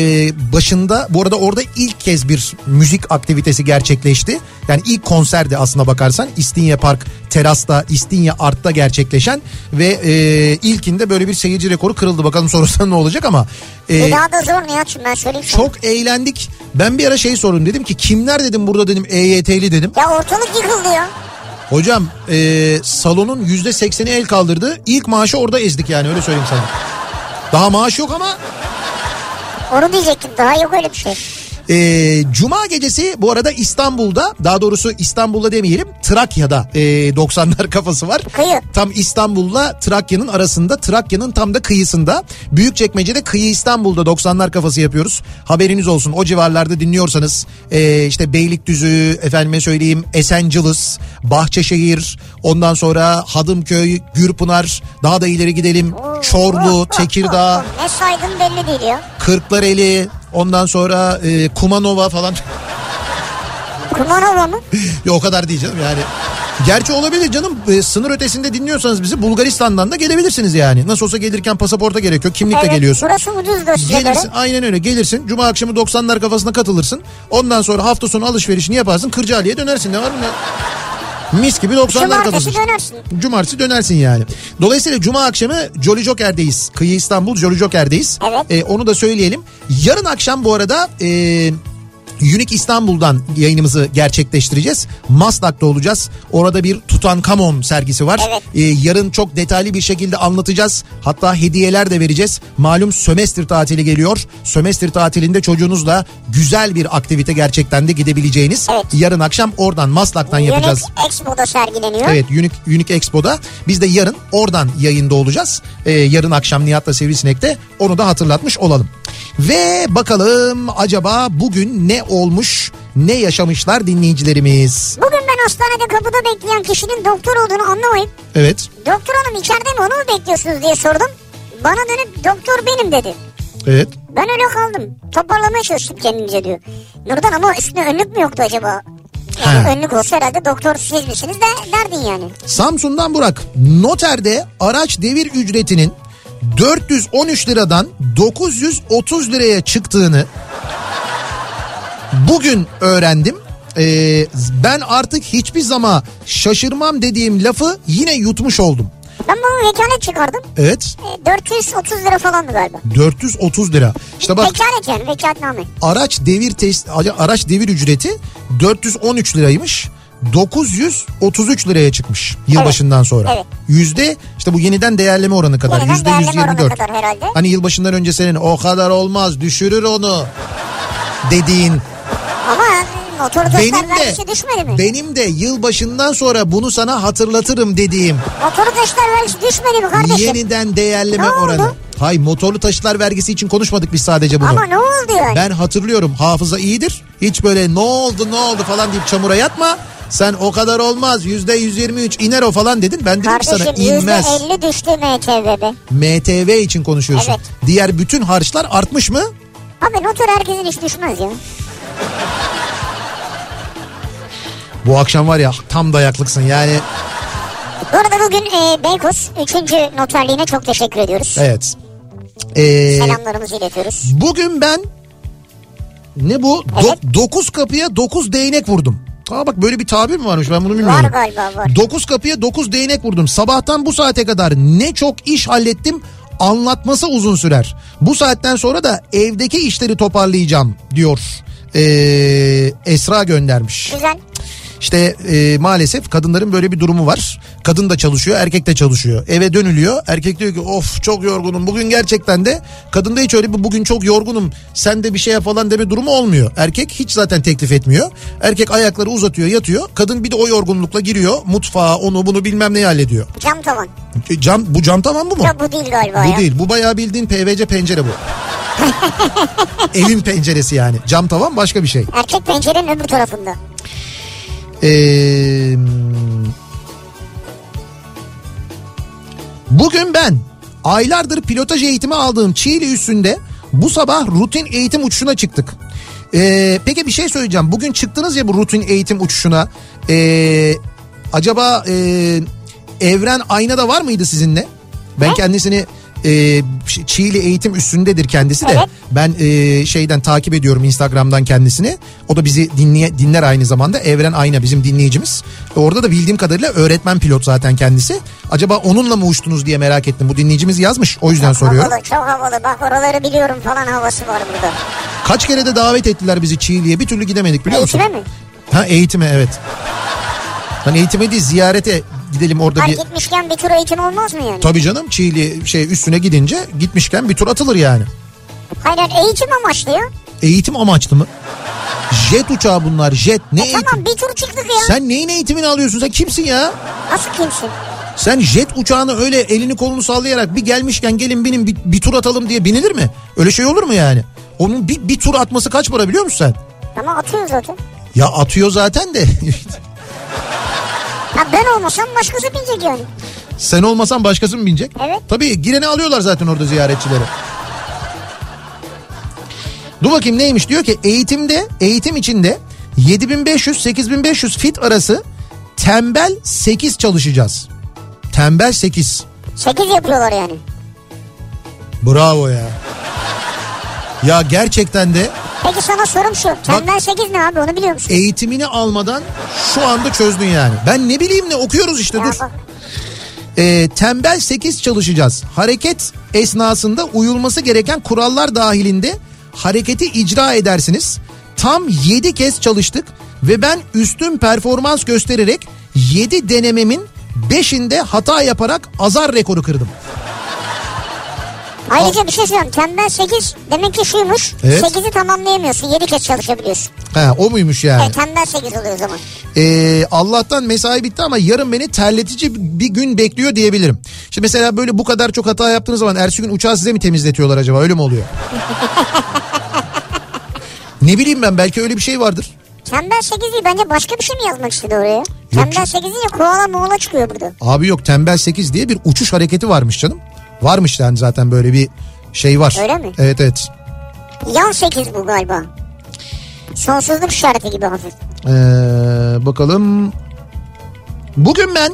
Speaker 1: başında bu arada orada ilk kez bir müzik aktivitesi gerçekleşti. Yani ilk konserdi aslına bakarsan İstinye Park terasta İstinye Art'ta gerçekleşen ve e, ilkinde böyle bir seyirci rekoru kırıldı. Bakalım sonrasında ne olacak ama. e,
Speaker 2: Bir daha da zor ne ya? Şimdi ben söyleyeyim sana.
Speaker 1: çok eğlendik. Ben bir ara şey sordum dedim ki kimler dedim burada dedim EYT'li dedim.
Speaker 2: Ya ortalık yıkıldı ya.
Speaker 1: Hocam e, salonun yüzde sekseni el kaldırdı. İlk maaşı orada ezdik yani öyle söyleyeyim sana. Daha maaş yok ama
Speaker 2: Onu diyecektim daha yok öyle bir şey.
Speaker 1: e, Ee, Cuma gecesi bu arada İstanbul'da daha doğrusu İstanbul'da demeyelim Trakya'da ee, 90'lar kafası var.
Speaker 2: Kıyı.
Speaker 1: Tam İstanbul'la Trakya'nın arasında Trakya'nın tam da kıyısında Büyükçekmece'de kıyı İstanbul'da 90'lar kafası yapıyoruz. Haberiniz olsun o civarlarda dinliyorsanız ee, işte Beylikdüzü efendime söyleyeyim Esenciliz, Bahçeşehir ondan sonra Hadımköy, Gürpınar daha da ileri gidelim Çorlu, Tekirdağ,
Speaker 2: Ne saydın belli değil ya.
Speaker 1: Kırklareli ondan sonra e, Kumanova falan.
Speaker 2: Kumanova mı?
Speaker 1: Yok o kadar değil canım yani. Gerçi olabilir canım E, sınır ötesinde dinliyorsanız bizi Bulgaristan'dan da gelebilirsiniz yani. Nasıl olsa gelirken pasaporta gerek yok kimlikle
Speaker 2: Evet,
Speaker 1: geliyorsun.
Speaker 2: Burası ucuz da size göre.
Speaker 1: Gelirsin aynen öyle gelirsin cuma akşamı 90'lar kafasına katılırsın. Ondan sonra hafta sonu alışverişini yaparsın Kırcaali'ye dönersin ne var mı ne? Mis gibi 90'lar kafası.
Speaker 2: Cumartesi dönersin.
Speaker 1: Cumartesi dönersin yani. Dolayısıyla cuma akşamı Jolly Joker'deyiz. Kıyı İstanbul Jolly Joker'deyiz.
Speaker 2: Evet.
Speaker 1: Ee, onu da söyleyelim. Yarın akşam bu arada e, Unique İstanbul'dan yayınımızı gerçekleştireceğiz. Maslak'ta olacağız. Orada bir Tutankamon sergisi var.
Speaker 2: Evet.
Speaker 1: Ee, yarın çok detaylı bir şekilde anlatacağız. Hatta hediyeler de vereceğiz. Malum sömestr tatili geliyor. Sömestr tatilinde çocuğunuzla güzel bir aktivite gerçekten de gidebileceğiniz.
Speaker 2: Evet.
Speaker 1: Yarın akşam oradan Maslak'tan yapacağız.
Speaker 2: Yönet Expo'da sergileniyor.
Speaker 1: Evet Unique, Unique Expo'da biz de yarın oradan yayında olacağız. Ee, yarın akşam Nihat'la Sivrisinek'te onu da hatırlatmış olalım. Ve bakalım acaba bugün ne olmuş ne yaşamışlar dinleyicilerimiz.
Speaker 2: Bugün ben hastanede kapıda bekleyen kişinin doktor olduğunu anlamayıp
Speaker 1: Evet
Speaker 2: doktor hanım içeride mi onu mu bekliyorsunuz diye sordum. Bana dönüp doktor benim dedi.
Speaker 1: evet
Speaker 2: Ben öyle kaldım. Toparlamaya çalıştım kendimce diyor. Nurdan ama üstüne önlük mü yoktu acaba? Yani
Speaker 1: Ha.
Speaker 2: önlük olsa herhalde doktor siz misiniz de derdin yani.
Speaker 1: Samsun'dan Burak noterde araç devir ücretinin 413 liradan 930 liraya çıktığını bugün öğrendim. Ee, ben artık hiçbir zaman şaşırmam dediğim lafı yine yutmuş oldum.
Speaker 2: Ben bunu vekalet çıkardım.
Speaker 1: Evet
Speaker 2: E, 430 lira falandı galiba.
Speaker 1: 430 lira. İşte bak
Speaker 2: Vekalet yani vekaletname.
Speaker 1: araç devir test araç devir ücreti 413 liraymış. 933 liraya çıkmış yılbaşından sonra.
Speaker 2: evet.
Speaker 1: Yüzde işte bu yeniden değerleme oranı kadar
Speaker 2: Yeniden
Speaker 1: yüzde
Speaker 2: değerleme oranı
Speaker 1: 124.
Speaker 2: kadar herhalde.
Speaker 1: Hani yılbaşından önce senin o kadar olmaz düşürür onu dediğin
Speaker 2: Ama motor
Speaker 1: benim
Speaker 2: taşlar vergisi şey düşmedi
Speaker 1: de
Speaker 2: mi?
Speaker 1: benim de yılbaşından sonra bunu sana hatırlatırım dediğim
Speaker 2: Motor taşlar vergisi düşmedi mi kardeşim?
Speaker 1: yeniden değerleme
Speaker 2: Ne oldu?
Speaker 1: oranı. Hay motorlu taşıtlar vergisi için konuşmadık biz sadece bunu.
Speaker 2: Ama ne oldu yani?
Speaker 1: Ben hatırlıyorum hafıza iyidir. Hiç böyle ne oldu ne oldu falan deyip çamura yatma. Sen o kadar olmaz yüzde 123 iner o falan dedin. Ben dedim ki sana
Speaker 2: Kardeşim
Speaker 1: inmez.
Speaker 2: %50 düştü MTV'de.
Speaker 1: MTV için konuşuyorsun.
Speaker 2: Evet.
Speaker 1: Diğer bütün harçlar artmış mı?
Speaker 2: Abi noter herkesin hiç düşmez ya.
Speaker 1: Bu akşam var ya tam dayaklıksın yani.
Speaker 2: Bu arada bugün e, Beykoz 3. noterliğine çok teşekkür ediyoruz.
Speaker 1: Evet. Ee,
Speaker 2: Selamlarımızı iletiyoruz.
Speaker 1: bugün ben ne bu? Do- dokuz kapıya dokuz değnek vurdum. Aa bak böyle bir tabir mi varmış ben bunu bilmiyorum.
Speaker 2: Var galiba var.
Speaker 1: 9 kapıya 9 değnek vurdum. Sabahtan bu saate kadar ne çok iş hallettim anlatması uzun sürer. Bu saatten sonra da evdeki işleri toparlayacağım diyor. Ee, Esra göndermiş.
Speaker 2: Güzel.
Speaker 1: İşte e, maalesef kadınların böyle bir durumu var. Kadın da çalışıyor, erkek de çalışıyor. Eve dönülüyor. Erkek diyor ki of çok yorgunum. Bugün gerçekten de kadında hiç öyle bir bugün çok yorgunum. Sen de bir şey yap falan deme durumu olmuyor. Erkek hiç zaten teklif etmiyor. Erkek ayakları uzatıyor, yatıyor. Kadın bir de o yorgunlukla giriyor. Mutfağa onu bunu bilmem neyi hallediyor.
Speaker 2: Cam tavan.
Speaker 1: E, cam, bu cam tamam bu mu?
Speaker 2: Ya bu değil galiba ya.
Speaker 1: Bu değil. Bu bayağı bildiğin PVC pencere bu. Evin penceresi yani. Cam tavan başka bir şey.
Speaker 2: Erkek pencerenin öbür tarafında.
Speaker 1: Ee, bugün ben aylardır pilotaj eğitimi aldığım Çiğli üstünde bu sabah rutin eğitim uçuşuna çıktık. Ee, peki bir şey söyleyeceğim. Bugün çıktınız ya bu rutin eğitim uçuşuna. Ee, acaba e, Evren Ayna'da var mıydı sizinle? Ben kendisini e, Çiğli eğitim üstündedir kendisi de.
Speaker 2: Evet.
Speaker 1: Ben e, şeyden takip ediyorum Instagram'dan kendisini. O da bizi dinleye, dinler aynı zamanda. Evren Ayna bizim dinleyicimiz. E, Orada da bildiğim kadarıyla öğretmen pilot zaten kendisi. Acaba onunla mı uçtunuz diye merak ettim. Bu dinleyicimiz yazmış. O yüzden soruyorum.
Speaker 2: Havalı, çok havalı. Bak oraları biliyorum falan havası var burada.
Speaker 1: Kaç kere de davet ettiler bizi Çiğli'ye. Bir türlü gidemedik biliyor musun?
Speaker 2: Eğitime mi?
Speaker 1: Ha eğitime evet. Hani eğitime değil ziyarete gidelim orada bir...
Speaker 2: Fark etmişken bir tur eğitim olmaz mı yani?
Speaker 1: Tabii canım Çiğli şey üstüne gidince gitmişken bir tur atılır yani.
Speaker 2: Hayır hayır, eğitim amaçlı ya.
Speaker 1: Eğitim amaçlı mı? Jet uçağı bunlar jet. Ne eğitim?
Speaker 2: E, Tamam bir tur çıktık ya.
Speaker 1: Sen neyin eğitimini alıyorsun? Sen kimsin ya?
Speaker 2: Nasıl kimsin?
Speaker 1: Sen jet uçağını öyle elini kolunu sallayarak bir gelmişken gelin binin bir, bir tur atalım diye binilir mi? Öyle şey olur mu yani? Onun bir, bir tur atması kaç para biliyor musun sen?
Speaker 2: Ama atıyor zaten.
Speaker 1: Ya atıyor zaten de
Speaker 2: Ya ben olmasam başkası binecek yani.
Speaker 1: sen olmasan başkası mı binecek?
Speaker 2: Evet.
Speaker 1: Tabii gireni alıyorlar zaten orada ziyaretçileri. Dur bakayım neymiş diyor ki eğitimde eğitim içinde 7500-8500 fit arası tembel 8 çalışacağız. Tembel 8.
Speaker 2: 8 yapıyorlar yani.
Speaker 1: Bravo ya. Ya gerçekten de
Speaker 2: Peki sana sorum şu. Tembel 8 ne abi onu biliyor musun?
Speaker 1: eğitimini almadan şu anda çözdün yani. Ben ne bileyim ne okuyoruz işte
Speaker 2: Ya
Speaker 1: E, dur.
Speaker 2: bak,
Speaker 1: Ee, tembel 8 çalışacağız. Hareket esnasında uyulması gereken kurallar dahilinde hareketi icra edersiniz. Tam 7 kez çalıştık ve ben üstün performans göstererek 7 denememin 5'inde hata yaparak azar rekoru kırdım.
Speaker 2: Ayrıca bir şey söyleyeyim. Tembel 8 demek ki şuymuş.
Speaker 1: Evet.
Speaker 2: 8'i tamamlayamıyorsun. 7 kez çalışabiliyorsun.
Speaker 1: Ha, o muymuş yani?
Speaker 2: E, tembel 8 oluyor o zaman.
Speaker 1: Ee, Allah'tan mesai bitti ama yarın beni terletici bir gün bekliyor diyebilirim. Şimdi mesela böyle bu kadar çok hata yaptığınız zaman ertesi gün uçağı size mi temizletiyorlar acaba öyle mi oluyor? ne bileyim ben belki öyle bir şey vardır.
Speaker 2: Tembel 8 değil bence başka bir şey mi yazmak istedi oraya? Tembel 8 değil koala moğla çıkıyor burada.
Speaker 1: Abi yok tembel 8 diye bir uçuş hareketi varmış canım. Varmış yani zaten böyle bir şey var.
Speaker 2: Öyle mi?
Speaker 1: Evet evet.
Speaker 2: Yan 8 bu galiba. Sonsuzluk işareti gibi hafif.
Speaker 1: Ee, bakalım. Bugün ben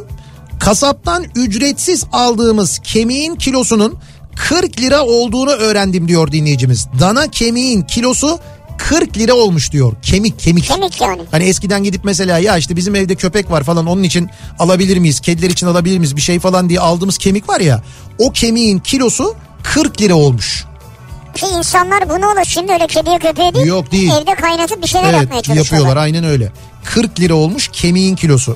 Speaker 1: kasaptan ücretsiz aldığımız kemiğin kilosunun 40 lira olduğunu öğrendim diyor dinleyicimiz. Dana kemiğin kilosu 40 lira olmuş diyor. Kemik kemik.
Speaker 2: Kemik yani.
Speaker 1: Hani eskiden gidip mesela ya işte bizim evde köpek var falan onun için alabilir miyiz? Kediler için alabilir miyiz? Bir şey falan diye aldığımız kemik var ya. O kemiğin kilosu 40 lira olmuş.
Speaker 2: Ki insanlar bunu olur. Şimdi öyle kediye köpeğe değil.
Speaker 1: Yok, değil.
Speaker 2: Evde kaynatıp bir şeyler yapmaya
Speaker 1: Evet
Speaker 2: çalışıyorlar.
Speaker 1: yapıyorlar aynen öyle. 40 lira olmuş kemiğin kilosu.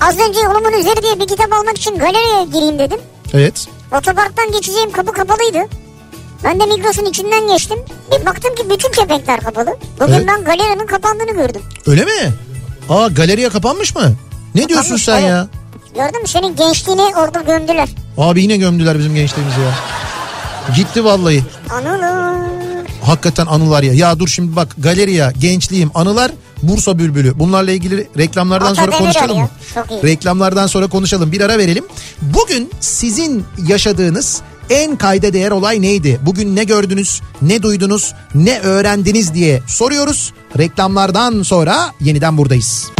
Speaker 2: Az önce yolumun üzeri diye bir kitap almak için galeriye gireyim dedim.
Speaker 1: Evet.
Speaker 2: Otoparktan geçeceğim kapı kapalıydı. Ben de Migros'un içinden geçtim. Bir baktım ki bütün kepenkler kapalı. Bugün
Speaker 1: Evet.
Speaker 2: ben galerinin kapandığını gördüm.
Speaker 1: Öyle mi? Aa galeriye kapanmış mı? Ne diyorsun
Speaker 2: Kapanmış,
Speaker 1: sen
Speaker 2: evet.
Speaker 1: ya?
Speaker 2: şey, Gördün mü senin gençliğini orada gömdüler.
Speaker 1: Abi yine gömdüler bizim gençliğimizi ya. Gitti vallahi.
Speaker 2: Anılır.
Speaker 1: Hakikaten anılar ya. Ya dur şimdi bak galeriya, gençliğim, anılar, Bursa Bülbülü. Bunlarla ilgili reklamlardan
Speaker 2: Ata
Speaker 1: sonra
Speaker 2: Demir
Speaker 1: konuşalım
Speaker 2: arıyor.
Speaker 1: mı?
Speaker 2: Çok iyi.
Speaker 1: Reklamlardan sonra konuşalım. Bir ara verelim. Bugün sizin yaşadığınız en kayda değer olay neydi? Bugün ne gördünüz, ne duydunuz, ne öğrendiniz diye soruyoruz. Reklamlardan sonra yeniden buradayız.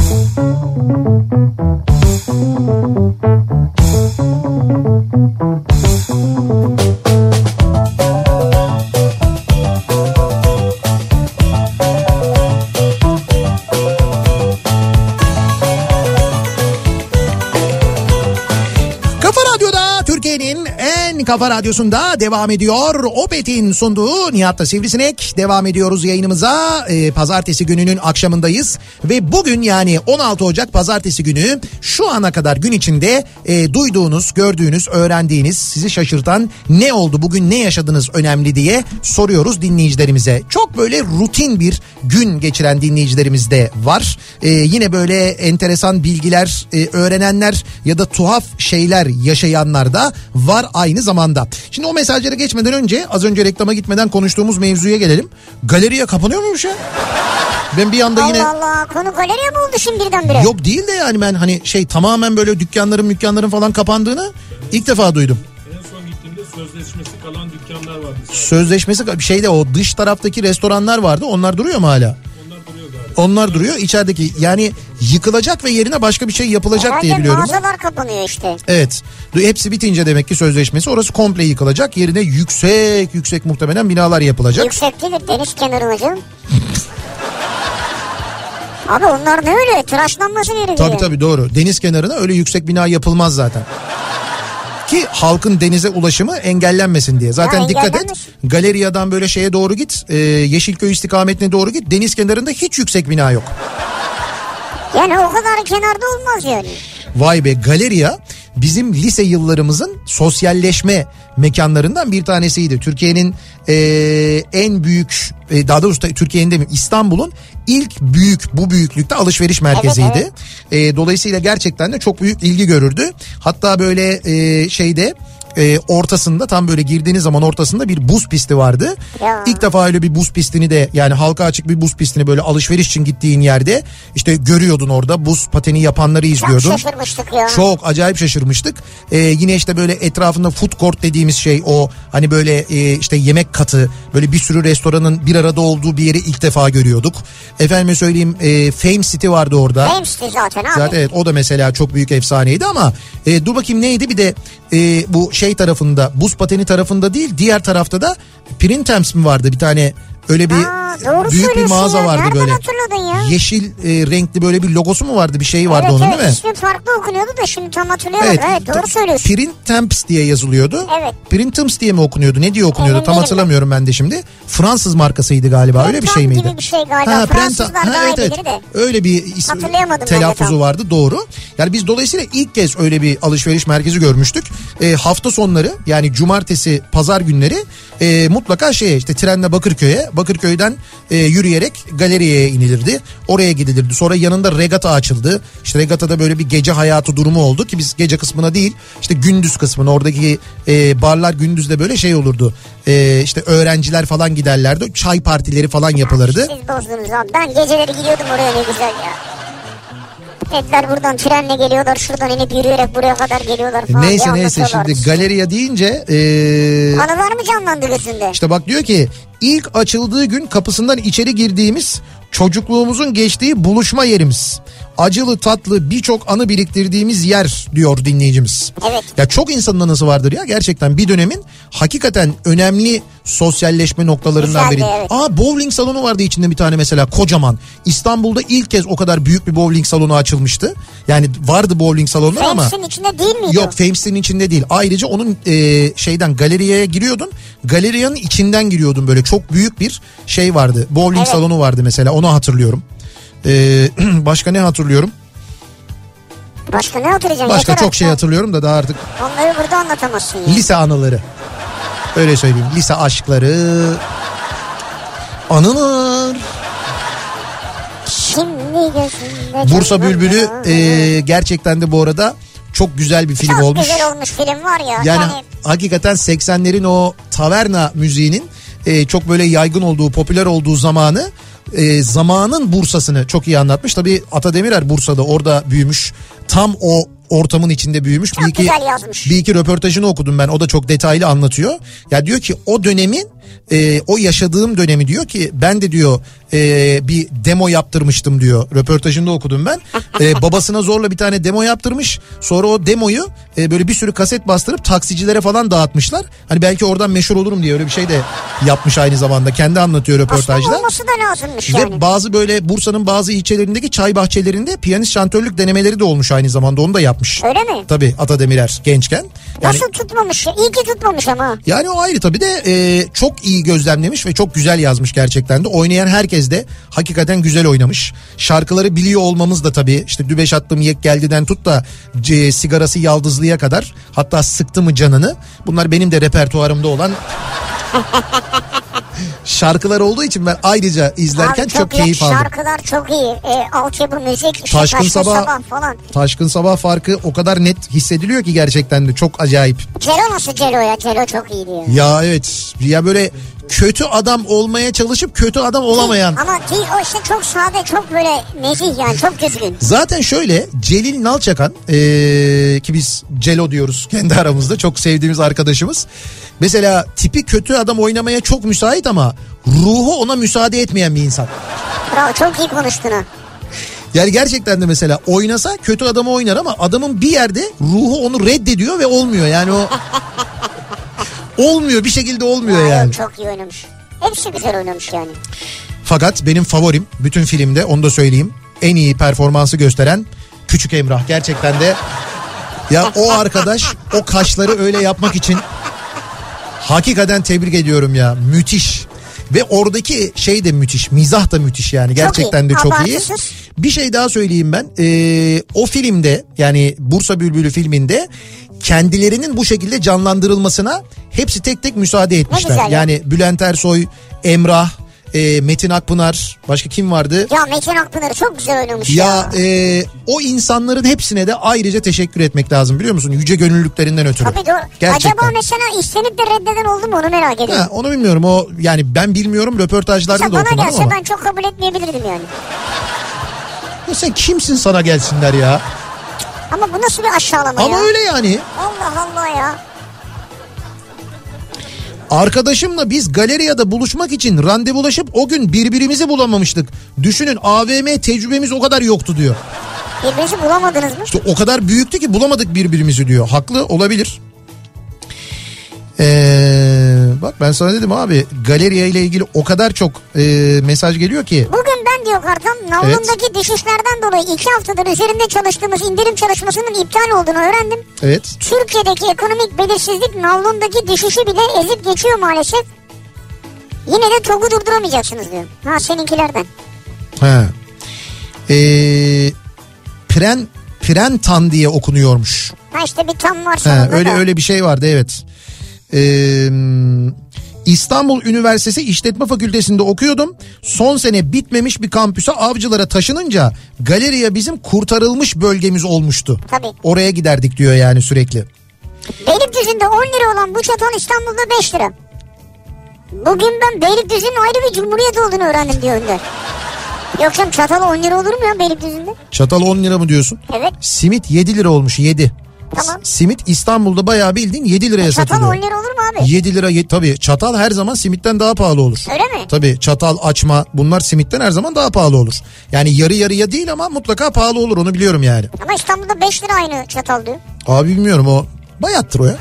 Speaker 1: Kafa Radyo'da Türkiye'nin en kafa radyosunda devam ediyor. Opet'in sunduğu Nihat'ta Sivrisinek. Devam ediyoruz yayınımıza. Ee, pazartesi gününün akşamındayız. Ve bugün yani 16 Ocak pazartesi günü şu ana kadar gün içinde e, duyduğunuz, gördüğünüz, öğrendiğiniz, sizi şaşırtan ne oldu, bugün ne yaşadınız önemli diye soruyoruz dinleyicilerimize. Çok böyle rutin bir gün geçiren dinleyicilerimiz de var. Ee, yine böyle enteresan bilgiler e, öğrenenler ya da tuhaf şeyler yaşayanlar da var aynı zamanda. Şimdi o mesajlara geçmeden önce az önce reklama gitmeden konuştuğumuz mevzuya gelelim. Galeriye kapanıyor muymuş ya? Ben bir anda yine...
Speaker 2: Allah Allah konu galeriye mi oldu şimdi birdenbire?
Speaker 1: Yok değil de yani ben hani şey tamamen böyle dükkanların dükkanların falan kapandığını ilk defa duydum.
Speaker 3: En son gittiğimde sözleşmesi kalan dükkanlar vardı.
Speaker 1: Sözleşmesi bir şeyde o dış taraftaki restoranlar vardı onlar duruyor mu hala?
Speaker 3: Onlar duruyor galiba.
Speaker 1: Onlar duruyor içerideki yani yıkılacak ve yerine başka bir şey yapılacak diye
Speaker 2: Herhalde
Speaker 1: biliyorum.
Speaker 2: mağazalar kapanıyor işte.
Speaker 1: Evet Du- hepsi bitince demek ki sözleşmesi orası komple yıkılacak yerine yüksek yüksek muhtemelen binalar yapılacak.
Speaker 2: Yükseklidir deniz kenarı hocam. Abi onlar ne öyle tıraşlanması gerekiyor.
Speaker 1: Tabii tabii doğru. Deniz kenarına öyle yüksek bina yapılmaz zaten. Ki halkın denize ulaşımı engellenmesin diye. Zaten
Speaker 2: Ya,
Speaker 1: dikkat et.
Speaker 2: engellenmesin.
Speaker 1: Galeriyadan böyle şeye doğru git. E, Yeşilköy istikametine doğru git. Deniz kenarında hiç yüksek bina yok.
Speaker 2: Yani o kadar kenarda olmaz yani.
Speaker 1: Vay be galeriya bizim lise yıllarımızın sosyalleşme mekanlarından bir tanesiydi. Türkiye'nin e, en büyük e, daha doğrusu da Türkiye'nin demeyeyim İstanbul'un ilk büyük bu büyüklükte alışveriş merkeziydi. E, dolayısıyla gerçekten de çok büyük ilgi görürdü. Hatta böyle e, şeyde e, ortasında tam böyle girdiğiniz zaman ortasında bir buz pisti vardı.
Speaker 2: Ya.
Speaker 1: İlk defa öyle bir buz pistini de yani halka açık bir buz pistini böyle alışveriş için gittiğin yerde işte görüyordun orada buz pateni yapanları
Speaker 2: Çok
Speaker 1: izliyordun.
Speaker 2: şaşırmıştık ya.
Speaker 1: Çok acayip şaşırmıştık. Ee, yine işte böyle etrafında food court dediğimiz şey o hani böyle e, işte yemek katı böyle bir sürü restoranın bir arada olduğu bir yeri ilk defa görüyorduk. Efendime söyleyeyim e, Fame City vardı orada.
Speaker 2: Hemşti zaten abi.
Speaker 1: Zaten evet o da mesela çok büyük efsaneydi ama e, dur bakayım neydi bir de e, bu şey tarafında buz pateni tarafında değil diğer tarafta da Printemps mi vardı bir tane öyle bir
Speaker 2: Aa, doğru
Speaker 1: büyük bir
Speaker 2: söylüyorsun
Speaker 1: mağaza
Speaker 2: ya.
Speaker 1: vardı
Speaker 2: Nereden
Speaker 1: böyle.
Speaker 2: hatırladın ya?
Speaker 1: Yeşil e, renkli böyle bir logosu mu vardı bir şey vardı onun değil mi?
Speaker 2: ismi farklı okunuyordu da şimdi tam hatırlayamadım. Evet, doğru söylüyorsun.
Speaker 1: Printemps diye yazılıyordu.
Speaker 2: Evet.
Speaker 1: Printemps diye mi okunuyordu? Ne diye okunuyordu?
Speaker 2: Emin
Speaker 1: Tam
Speaker 2: değilim
Speaker 1: hatırlamıyorum ben de şimdi. Fransız markasıydı galiba. öyle bir
Speaker 2: Printemps
Speaker 1: şey miydi?
Speaker 2: gibi bir şey galiba. Fransızlar daha iyi bilir de.
Speaker 1: Öyle bir is-
Speaker 2: Hatırlayamadım ben de
Speaker 1: telaffuzu
Speaker 2: tam.
Speaker 1: vardı. Doğru. Yani biz dolayısıyla ilk kez öyle bir alışveriş merkezi görmüştük. E, hafta sonları yani cumartesi pazar günleri e, mutlaka şeye işte trenle Bakırköy'e Bakırköy'den e, yürüyerek galeriye inilirdi. Oraya gidilirdi. Sonra yanında regata açıldı. İşte regatada böyle bir gece hayatı durumu oldu ki biz gece kısmına değil işte gündüz kısmına oradaki e, barlar gündüzde böyle şey olurdu. E, işte öğrenciler falan giderlerdi. Çay partileri falan yapılırdı.
Speaker 2: Siz bozdunuz abi. Ben geceleri gidiyordum oraya ne güzel ya. Dediler buradan trenle geliyorlar şuradan inip yürüyerek buraya kadar geliyorlar falan.
Speaker 1: E, Neyse
Speaker 2: diye
Speaker 1: neyse
Speaker 2: anlatıyorlardı.
Speaker 1: şimdi galeriya deyince e,
Speaker 2: Anılar mı canlandı gözünde?
Speaker 1: işte bak diyor ki ilk açıldığı gün kapısından içeri girdiğimiz çocukluğumuzun geçtiği buluşma yerimiz. Acılı tatlı birçok anı biriktirdiğimiz yer diyor dinleyicimiz.
Speaker 2: Evet.
Speaker 1: Ya çok insanın anısı vardır ya gerçekten bir dönemin hakikaten önemli sosyalleşme noktalarından
Speaker 2: Güzeldi,
Speaker 1: biri.
Speaker 2: evet.
Speaker 1: Aa bowling salonu vardı içinde bir tane mesela kocaman. İstanbul'da ilk kez o kadar büyük bir bowling salonu açılmıştı. Yani vardı bowling salonları ama.
Speaker 2: Hemşin içinde değil miydi?
Speaker 1: Yok Fames'in içinde değil. Ayrıca onun e, şeyden galeriye giriyordun. Galeriyanın içinden giriyordun böyle. Çok büyük bir şey vardı. Bowling
Speaker 2: Evet.
Speaker 1: salonu vardı mesela. Onu hatırlıyorum. E, başka ne hatırlıyorum?
Speaker 2: Başka ne hatırlayacaksın?
Speaker 1: Başka
Speaker 2: Yeter
Speaker 1: çok şey
Speaker 2: artık.
Speaker 1: hatırlıyorum da daha artık
Speaker 2: Onları burada anlatamazsın ya.
Speaker 1: lise anıları. Öyle söyleyeyim. Lise aşkları. Anılar.
Speaker 2: Şimdi gözünde
Speaker 1: Bursa
Speaker 2: canlandı.
Speaker 1: Bülbülü e, gerçekten de bu arada çok güzel bir film
Speaker 2: Çok
Speaker 1: olmuş.
Speaker 2: güzel olmuş film var ya.
Speaker 1: Yani
Speaker 2: yani
Speaker 1: hakikaten 80'lerin o taverna müziğinin e, çok böyle yaygın olduğu, popüler olduğu zamanı e, zamanın Bursa'sını çok iyi anlatmış. Tabii Ata Demirer Bursa'da orada büyümüş. Tam o ortamın içinde büyümüş.
Speaker 2: Çok güzel yazmış.
Speaker 1: Bir iki röportajını okudum ben. O da çok detaylı anlatıyor. Ya diyor ki o dönemin e, o yaşadığım dönemi diyor ki ben de diyor e, bir demo yaptırmıştım diyor. Röportajında okudum ben. E, babasına zorla bir tane demo yaptırmış. Sonra o demoyu e, böyle bir sürü kaset bastırıp taksicilere falan dağıtmışlar. Hani belki oradan meşhur olurum diye öyle bir şey de yapmış aynı zamanda. Kendi anlatıyor
Speaker 2: Aslında
Speaker 1: röportajda.
Speaker 2: olması da lazımmış
Speaker 1: Ve
Speaker 2: yani.
Speaker 1: bazı böyle Bursa'nın bazı ilçelerindeki çay bahçelerinde piyanist şantörlük denemeleri de olmuş aynı zamanda. Onu da yapmış.
Speaker 2: Öyle mi?
Speaker 1: Tabii Ata Demirer gençken. Yani,
Speaker 2: Nasıl tutmamış? ya? İyi ki tutmamış ama.
Speaker 1: yani o ayrı tabii de e, çok iyi gözlemlemiş ve çok güzel yazmış gerçekten de. Oynayan herkes de hakikaten güzel oynamış. Şarkıları biliyor olmamız da tabii işte Dübeş attım yek geldiden tut da c- sigarası yaldızlıya kadar hatta sıktı mı canını. Bunlar benim de repertuarımda olan şarkılar olduğu için ben ayrıca izlerken
Speaker 2: Abi
Speaker 1: çok,
Speaker 2: iyi.
Speaker 1: keyif aldım.
Speaker 2: Şarkılar çok iyi. E, altyapı müzik, işte
Speaker 1: Taşkın
Speaker 2: Taşkın,
Speaker 1: Sabah-
Speaker 2: sabah. falan.
Speaker 1: Taşkın Sabah farkı o kadar net hissediliyor ki gerçekten de çok acayip.
Speaker 2: Celo nasıl Celo ya? Celo çok iyi diyor.
Speaker 1: Ya evet ya böyle kötü adam olmaya çalışıp kötü adam olamayan.
Speaker 2: Ama değil o işte çok sade, çok böyle nezih yani çok düzgün.
Speaker 1: Zaten şöyle Celil Nalçakan ee, ki biz Celo diyoruz kendi aramızda çok sevdiğimiz arkadaşımız. Mesela tipi kötü adam oynamaya çok müsait ama ruhu ona müsaade etmeyen bir insan.
Speaker 2: Bravo çok iyi konuştun ha.
Speaker 1: Yani gerçekten de mesela oynasa kötü adamı oynar ama adamın bir yerde ruhu onu reddediyor ve olmuyor. Yani o olmuyor bir şekilde olmuyor
Speaker 2: Aa,
Speaker 1: yani.
Speaker 2: yok, Çok iyi oynamış. Hepsi güzel oynamış yani.
Speaker 1: Fakat benim favorim bütün filmde onu da söyleyeyim. En iyi performansı gösteren Küçük Emrah gerçekten de ya o arkadaş o kaşları öyle yapmak için hakikaten tebrik ediyorum ya. Müthiş. Ve oradaki şey de müthiş. Mizah da müthiş yani. Gerçekten de çok iyi.
Speaker 2: abartısız.
Speaker 1: Bir şey daha söyleyeyim ben. Ee, o filmde yani Bursa Bülbülü filminde kendilerinin bu şekilde canlandırılmasına hepsi tek tek müsaade etmişler.
Speaker 2: güzel ya.
Speaker 1: yani Ee, Bülent Ersoy, Emrah, e, Metin Akpınar, başka kim vardı?
Speaker 2: Ya Metin Akpınar'ı çok güzel oynamış ya.
Speaker 1: Ya e, o insanların hepsine de ayrıca teşekkür etmek lazım biliyor musun? Yüce gönüllülüklerinden ötürü.
Speaker 2: Tabii doğru. Acaba mesela istenip de reddeden oldu mu onu merak ediyorum.
Speaker 1: Ha, onu bilmiyorum o yani ben bilmiyorum röportajlarda
Speaker 2: Mesela
Speaker 1: da
Speaker 2: bana
Speaker 1: okumadım
Speaker 2: gelse
Speaker 1: ama.
Speaker 2: ben çok kabul etmeyebilirdim yani.
Speaker 1: Ya sen kimsin sana gelsinler ya?
Speaker 2: Ama bu nasıl bir aşağılama
Speaker 1: Ama
Speaker 2: ya?
Speaker 1: öyle yani.
Speaker 2: Allah Allah ya.
Speaker 1: Arkadaşımla biz galeriyada buluşmak için randevulaşıp o gün birbirimizi bulamamıştık. Düşünün AVM tecrübemiz o kadar yoktu diyor.
Speaker 2: Birbirinizi bulamadınız mı?
Speaker 1: İşte o kadar büyüktü ki bulamadık birbirimizi diyor. Haklı olabilir. Ee, bak ben sana dedim abi galeriye ile ilgili o kadar çok e, mesaj geliyor ki.
Speaker 2: Bugün ben diyor kartım navlumdaki düşüşlerden dolayı iki haftadır üzerinde çalıştığımız indirim çalışmasının iptal olduğunu öğrendim.
Speaker 1: Evet.
Speaker 2: Türkiye'deki ekonomik belirsizlik navlumdaki düşüşü bile ezip geçiyor maalesef. Yine de TOG'u durduramayacaksınız diyor. Ha seninkilerden.
Speaker 1: Ha. Ee, pren Prentan diye okunuyormuş.
Speaker 2: Ha işte bir tam var
Speaker 1: Ha,
Speaker 2: sonunda
Speaker 1: öyle
Speaker 2: da.
Speaker 1: öyle bir şey vardı evet. Ee, İstanbul Üniversitesi İşletme Fakültesinde okuyordum. Son sene bitmemiş bir kampüse avcılara taşınınca galeriya bizim kurtarılmış bölgemiz olmuştu.
Speaker 2: Tabii.
Speaker 1: Oraya giderdik diyor yani sürekli.
Speaker 2: Beylikdüzü'nde 10 lira olan bu çatal İstanbul'da 5 lira. Bugün ben Beylikdüzü'nün ayrı bir cumhuriyet olduğunu öğrendim diyor Önder. Yoksa çatal 10 lira olur mu ya Beylikdüzü'nde?
Speaker 1: Çatal 10 lira mı diyorsun?
Speaker 2: Evet.
Speaker 1: Simit 7 lira olmuş 7.
Speaker 2: Tamam.
Speaker 1: Simit İstanbul'da bayağı bildin 7 liraya
Speaker 2: Çatal 10
Speaker 1: satılıyor.
Speaker 2: lira olur mu abi?
Speaker 1: 7 lira ye- tabii çatal her zaman simitten daha pahalı olur.
Speaker 2: Öyle mi?
Speaker 1: Tabii çatal açma bunlar simitten her zaman daha pahalı olur. Yani yarı yarıya değil ama mutlaka pahalı olur onu biliyorum yani.
Speaker 2: Ama İstanbul'da 5 lira aynı çatal diyor.
Speaker 1: Abi bilmiyorum o bayattır o ya.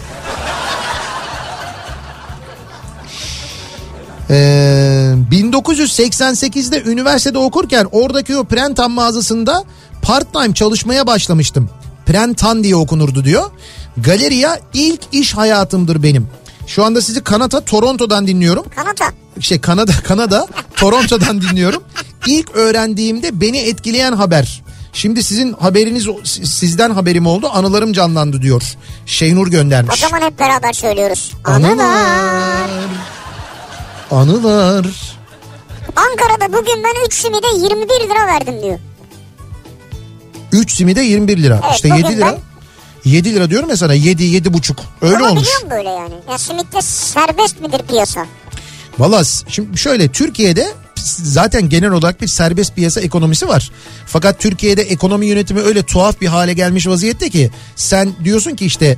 Speaker 1: Ee, 1988'de üniversitede okurken oradaki o Prentan mağazasında part time çalışmaya başlamıştım. Prentan diye okunurdu diyor. Galeriya ilk iş hayatımdır benim. Şu anda sizi Kanada Toronto'dan dinliyorum
Speaker 2: Kanata.
Speaker 1: şey Kanada Kanada Toronto'dan dinliyorum. İlk öğrendiğimde beni etkileyen haber. Şimdi sizin haberiniz sizden haberim oldu. Anılarım canlandı diyor. Şeynur
Speaker 2: O
Speaker 1: göndermiş.
Speaker 2: zaman hep beraber söylüyoruz. Anılar.
Speaker 1: Anılar.
Speaker 2: Ankara'da bugün ben 3 simide 21 lira verdim diyor.
Speaker 1: 3 simide 21 lira.
Speaker 2: Evet,
Speaker 1: işte
Speaker 2: bugün
Speaker 1: 7 lira. 7 lira diyorum ya sana 7 7 buçuk öyle
Speaker 2: Ama
Speaker 1: olmuş.
Speaker 2: biliyor musun böyle yani? Ya simitte serbest midir piyasa?
Speaker 1: Valla s- şimdi şöyle Türkiye'de zaten genel olarak bir serbest piyasa ekonomisi var. Fakat Türkiye'de ekonomi yönetimi öyle tuhaf bir hale gelmiş vaziyette ki sen diyorsun ki işte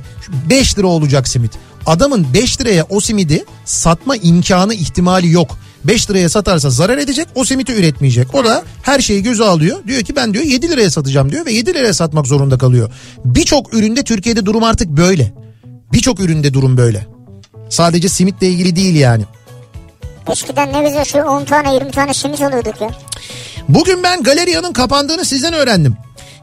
Speaker 1: 5 lira olacak simit. Adamın 5 liraya o simidi satma imkanı ihtimali yok. 5 liraya satarsa zarar edecek o simiti üretmeyecek. O da her şeyi göze alıyor. Diyor ki ben diyor 7 liraya satacağım diyor ve 7 liraya satmak zorunda kalıyor. Birçok üründe Türkiye'de durum artık böyle. Birçok üründe durum böyle. Sadece simitle ilgili değil yani.
Speaker 2: Eskiden ne güzel şu 10 tane 20 tane simit alıyorduk ya.
Speaker 1: Bugün ben galeriyanın kapandığını sizden öğrendim.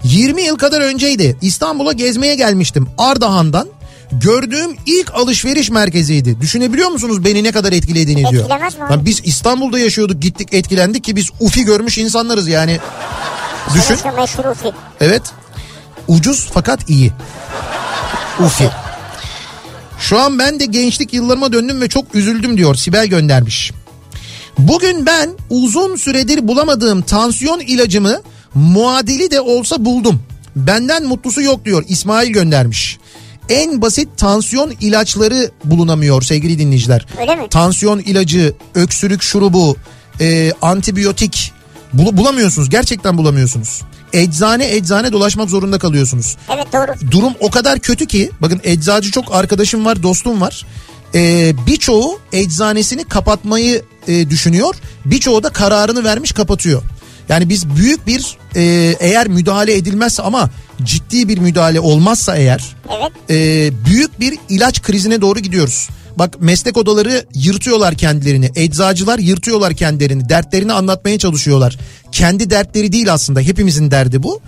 Speaker 1: 20 yıl kadar önceydi. İstanbul'a gezmeye gelmiştim Ardahan'dan. Gördüğüm ilk alışveriş merkeziydi. Düşünebiliyor musunuz beni ne kadar etkilediğini diyor.
Speaker 2: Etkilemez mi abi?
Speaker 1: Lan biz İstanbul'da yaşıyorduk gittik etkilendik ki biz ufi görmüş insanlarız yani. Düşün.
Speaker 2: Şu meşhur ufi.
Speaker 1: Evet. Ucuz fakat iyi. Ufi. Şu an ben de gençlik yıllarıma döndüm ve çok üzüldüm diyor Sibel göndermiş. Bugün ben uzun süredir bulamadığım tansiyon ilacımı muadili de olsa buldum. Benden mutlusu yok diyor İsmail göndermiş. En basit tansiyon ilaçları bulunamıyor sevgili dinleyiciler.
Speaker 2: Öyle mi?
Speaker 1: Tansiyon ilacı, öksürük şurubu, e, antibiyotik bul- bulamıyorsunuz. Gerçekten bulamıyorsunuz. Eczane eczane dolaşmak zorunda kalıyorsunuz
Speaker 2: Evet doğru.
Speaker 1: durum o kadar kötü ki bakın eczacı çok arkadaşım var dostum var. Ee, birçoğu eczanesini kapatmayı e, düşünüyor. Birçoğu da kararını vermiş kapatıyor. Yani biz büyük bir e, eğer müdahale edilmezse ama ciddi bir müdahale olmazsa eğer
Speaker 2: Evet.
Speaker 1: e, büyük bir ilaç krizine doğru gidiyoruz. Bak meslek odaları yırtıyorlar kendilerini. Eczacılar yırtıyorlar kendilerini. Dertlerini anlatmaya çalışıyorlar. Kendi dertleri değil aslında. Hepimizin derdi bu.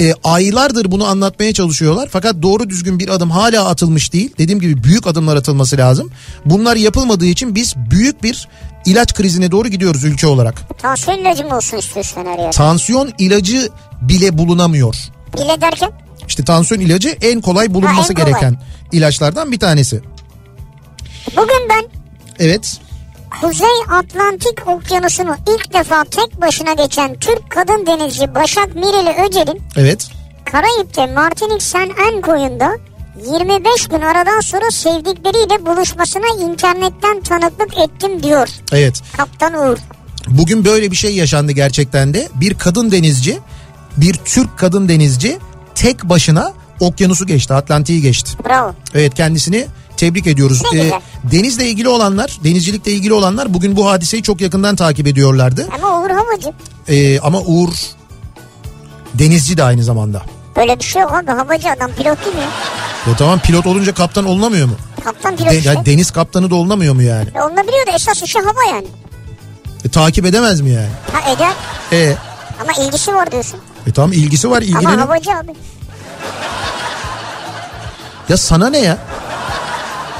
Speaker 1: e, aylardır bunu anlatmaya çalışıyorlar. Fakat doğru düzgün bir adım hala atılmış değil. Dediğim gibi büyük adımlar atılması lazım. Bunlar yapılmadığı için biz büyük bir ilaç krizine doğru gidiyoruz ülke olarak.
Speaker 2: Tansiyon ilacım olsun istiyorsun her yer.
Speaker 1: Tansiyon ilacı bile bulunamıyor.
Speaker 2: Bile derken
Speaker 1: İşte tansiyon ilacı en kolay bulunması
Speaker 2: kolay.
Speaker 1: gereken ilaçlardan bir tanesi.
Speaker 2: bugün ben
Speaker 1: Evet.
Speaker 2: Kuzey Atlantik Okyanusu'nu ilk defa tek başına geçen Türk kadın denizci Başak Mireli Öcel'in
Speaker 1: Evet.
Speaker 2: Karayip'te Martinik Saint Anne koyunda 25 gün aradan sonra sevdikleriyle buluşmasına internetten tanıklık ettim diyor
Speaker 1: Evet.
Speaker 2: Kaptan Uğur.
Speaker 1: Bugün böyle bir şey yaşandı gerçekten de. Bir kadın denizci, bir Türk kadın denizci tek başına okyanusu geçti, Atlantik'i geçti.
Speaker 2: Bravo.
Speaker 1: Evet kendisini tebrik ediyoruz. Ee,
Speaker 2: Ne güzel.
Speaker 1: denizle ilgili olanlar, denizcilikle ilgili olanlar bugün bu hadiseyi çok yakından takip ediyorlardı.
Speaker 2: Ama Uğur havacı.
Speaker 1: Ee, ama Uğur denizci de aynı zamanda.
Speaker 2: Böyle bir şey yok abi havacı adam pilot değil mi?
Speaker 1: Ya tamam pilot olunca kaptan olunamıyor mu?
Speaker 2: Kaptan
Speaker 1: De-
Speaker 2: pilot işte.
Speaker 1: ya deniz kaptanı da olunamıyor mu yani?
Speaker 2: E, Onunla biliyor da esas işi hava yani.
Speaker 1: E, takip edemez mi yani?
Speaker 2: Ha eder
Speaker 1: E,
Speaker 2: ama ilgisi var diyorsun.
Speaker 1: e tamam ilgisi var
Speaker 2: Ama
Speaker 1: ilgileniyor.
Speaker 2: havacı abi.
Speaker 1: Ya sana ne ya?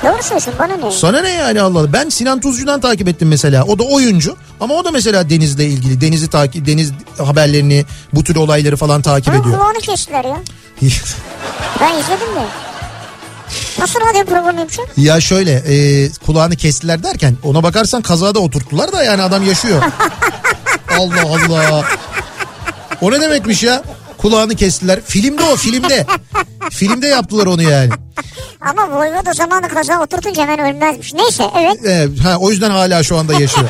Speaker 2: Doğru söylüyorsun bana ne?
Speaker 1: Sana ne yani Allah Allah. Ben Sinan Tuzcu'dan takip ettim mesela. O da oyuncu ama o da mesela denizle ilgili. Denizi takip, deniz haberlerini, bu tür olayları falan takip
Speaker 2: Ama
Speaker 1: ediyor.
Speaker 2: kulağını kestiler ya. Ben izledim de. Nasıl radyo programıymış? o?
Speaker 1: ya şöyle e, kulağını kestiler derken ona bakarsan kazada oturttular da yani adam yaşıyor. Allah Allah. O ne demekmiş ya? Kulağını kestiler. Filmde o filmde. filmde yaptılar onu yani.
Speaker 2: Ama Voyvoda zamanı kaza oturtunca hemen ölmezmiş. Neyse evet.
Speaker 1: Ee, ha, o yüzden hala şu anda yaşıyor.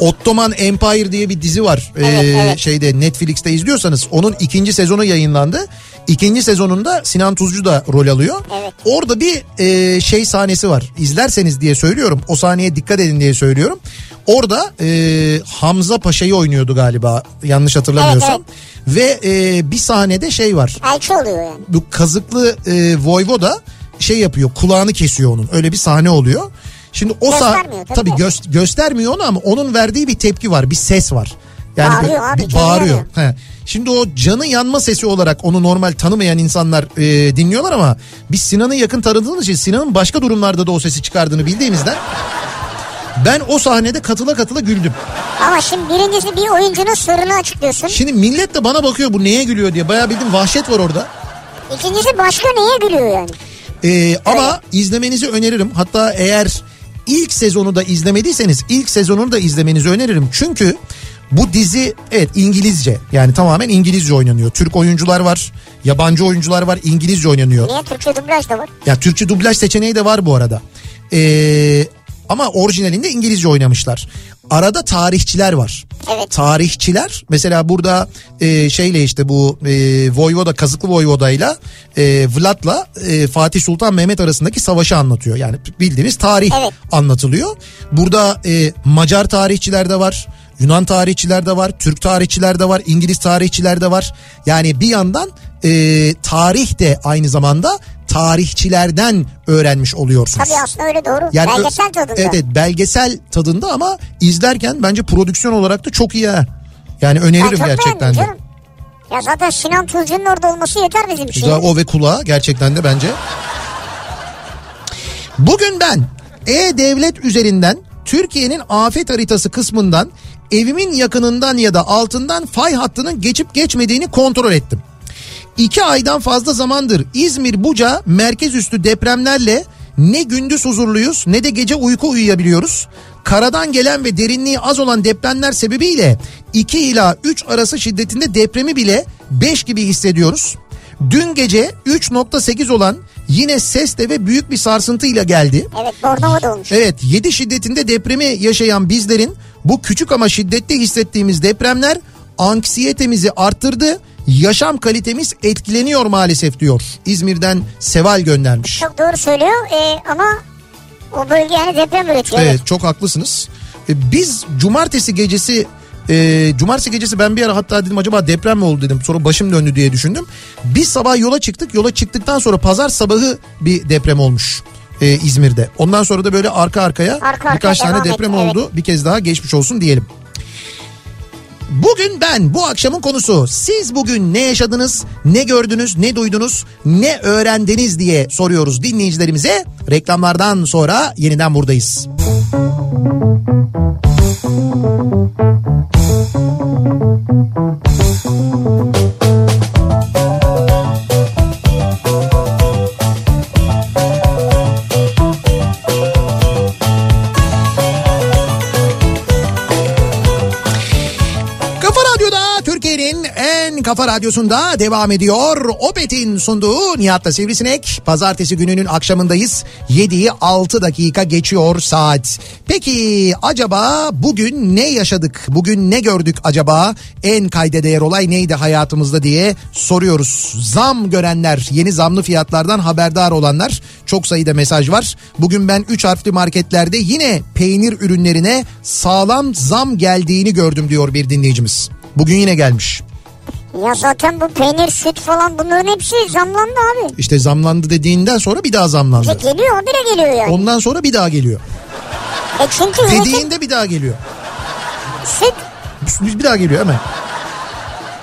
Speaker 1: Ottoman Empire diye bir dizi var. Ee,
Speaker 2: Evet, evet.
Speaker 1: Şeyde Netflix'te izliyorsanız onun ikinci sezonu yayınlandı. İkinci sezonunda Sinan Tuzcu da rol alıyor.
Speaker 2: Evet.
Speaker 1: Orada bir e, şey sahnesi var. İzlerseniz diye söylüyorum. O sahneye dikkat edin diye söylüyorum. Orada e, Hamza Paşa'yı oynuyordu galiba. Yanlış hatırlamıyorsam. Ve e, bir sahnede şey var
Speaker 2: Elçi oluyor yani.
Speaker 1: bu kazıklı e, voyvoda şey yapıyor kulağını kesiyor onun öyle bir sahne oluyor. Şimdi o sah
Speaker 2: Göstermiyor tabii
Speaker 1: tabii
Speaker 2: de.
Speaker 1: gös- göstermiyor onu ama onun verdiği bir tepki var bir ses var. Yani
Speaker 2: Bağırıyor
Speaker 1: bir-
Speaker 2: abi,
Speaker 1: bir
Speaker 2: canı
Speaker 1: bağırıyor. He. Şimdi o canı yanma sesi olarak onu normal tanımayan insanlar e, dinliyorlar ama biz Sinan'ı yakın tanıdığımız için Sinan'ın başka durumlarda da o sesi çıkardığını bildiğimizden ben o sahnede katıla katıla güldüm.
Speaker 2: Ama şimdi birincisi bir oyuncunun sırrını açıklıyorsun.
Speaker 1: Şimdi millet de bana bakıyor bu neye gülüyor diye bayağı bildim vahşet var orada.
Speaker 2: İkincisi başka neye gülüyor yani?
Speaker 1: Ee, ama izlemenizi öneririm. Hatta eğer ilk sezonu da izlemediyseniz ilk sezonunu da izlemenizi öneririm. Çünkü bu dizi evet İngilizce yani tamamen İngilizce oynanıyor. Türk oyuncular var, yabancı oyuncular var, İngilizce oynanıyor.
Speaker 2: Niye Türkçe dublaj da var?
Speaker 1: Ya Türkçe dublaj seçeneği de var bu arada. Ee, ama orijinalinde İngilizce oynamışlar. Arada tarihçiler var.
Speaker 2: Evet.
Speaker 1: Tarihçiler mesela burada e, şeyle işte bu e, Voyvoda Kazıklı Voyvoda'yla e, Vlad'la e, Fatih Sultan Mehmet arasındaki savaşı anlatıyor. Yani bildiğiniz tarih
Speaker 2: Evet.
Speaker 1: anlatılıyor. Burada e, Macar tarihçiler de var. Yunan tarihçiler de var, Türk tarihçiler de var, İngiliz tarihçiler de var. Yani bir yandan e, tarih de aynı zamanda tarihçilerden öğrenmiş oluyorsunuz.
Speaker 2: Tabii aslında öyle doğru.
Speaker 1: Yani ö-
Speaker 2: Belgesel tadında.
Speaker 1: Evet, evet, belgesel tadında ama izlerken bence prodüksiyon olarak da çok iyi. ha. Yani
Speaker 2: Ben
Speaker 1: öneririm
Speaker 2: çok
Speaker 1: gerçekten
Speaker 2: beğendim
Speaker 1: de.
Speaker 2: canım. Ya zaten Sinan Tuzcu'nun orada olması yeter bizim için.
Speaker 1: Güzel, o ve kulağa gerçekten de bence. Bugün ben E-Devlet üzerinden Türkiye'nin afet haritası kısmından evimin yakınından ya da altından fay hattının geçip geçmediğini kontrol ettim. İki aydan fazla zamandır İzmir Buca merkez üstü depremlerle ne gündüz huzurluyuz ne de gece uyku uyuyabiliyoruz. Karadan gelen ve derinliği az olan depremler sebebiyle 2 ila 3 arası şiddetinde depremi bile 5 gibi hissediyoruz. Dün gece 3.8 olan yine sesle ve büyük bir sarsıntıyla geldi.
Speaker 2: Evet Bornova'da olmuş.
Speaker 1: Evet 7 şiddetinde depremi yaşayan bizlerin bu küçük ama şiddetli hissettiğimiz depremler anksiyetemizi arttırdı. Yaşam kalitemiz etkileniyor maalesef diyor. İzmir'den Seval göndermiş.
Speaker 2: Çok doğru söylüyor ee, ama o bölge yani deprem üretiyor.
Speaker 1: Evet çok haklısınız. E, Biz cumartesi gecesi e, cumartesi gecesi ben bir ara hatta dedim acaba deprem mi oldu dedim. Sonra başım döndü diye düşündüm. Biz sabah yola çıktık. Yola çıktıktan sonra pazar sabahı bir deprem olmuş. e, İzmir'de. Ondan sonra da böyle arka arkaya
Speaker 2: Arka arkaya
Speaker 1: birkaç tane
Speaker 2: devam
Speaker 1: deprem
Speaker 2: etti, evet.
Speaker 1: oldu. Bir kez daha geçmiş olsun diyelim. Bugün ben bu akşamın konusu siz bugün ne yaşadınız, ne gördünüz, ne duydunuz, ne öğrendiniz diye soruyoruz dinleyicilerimize. Reklamlardan sonra yeniden buradayız. Kafa Radyo'da Türkiye'nin en kafa radyosunda devam ediyor. Opet'in sunduğu Nihat'la Sivrisinek. Pazartesi gününün akşamındayız. 7'yi 6 dakika geçiyor saat. Peki acaba bugün ne yaşadık? Bugün ne gördük acaba? En kayda değer olay neydi hayatımızda diye soruyoruz. Zam görenler, yeni zamlı fiyatlardan haberdar olanlar çok sayıda mesaj var. Bugün ben 3 harfli marketlerde yine peynir ürünlerine sağlam zam geldiğini gördüm diyor bir dinleyicimiz. Bugün yine gelmiş.
Speaker 2: Ya zaten bu peynir, süt falan bunların hepsi zamlandı abi.
Speaker 1: İşte zamlandı dediğinden sonra bir daha zamlandı.
Speaker 2: İşte geliyor habire geliyor yani.
Speaker 1: Ondan sonra bir daha geliyor.
Speaker 2: E çünkü üretim
Speaker 1: Dediğinde bir daha geliyor.
Speaker 2: süt
Speaker 1: Bir daha geliyor hemen.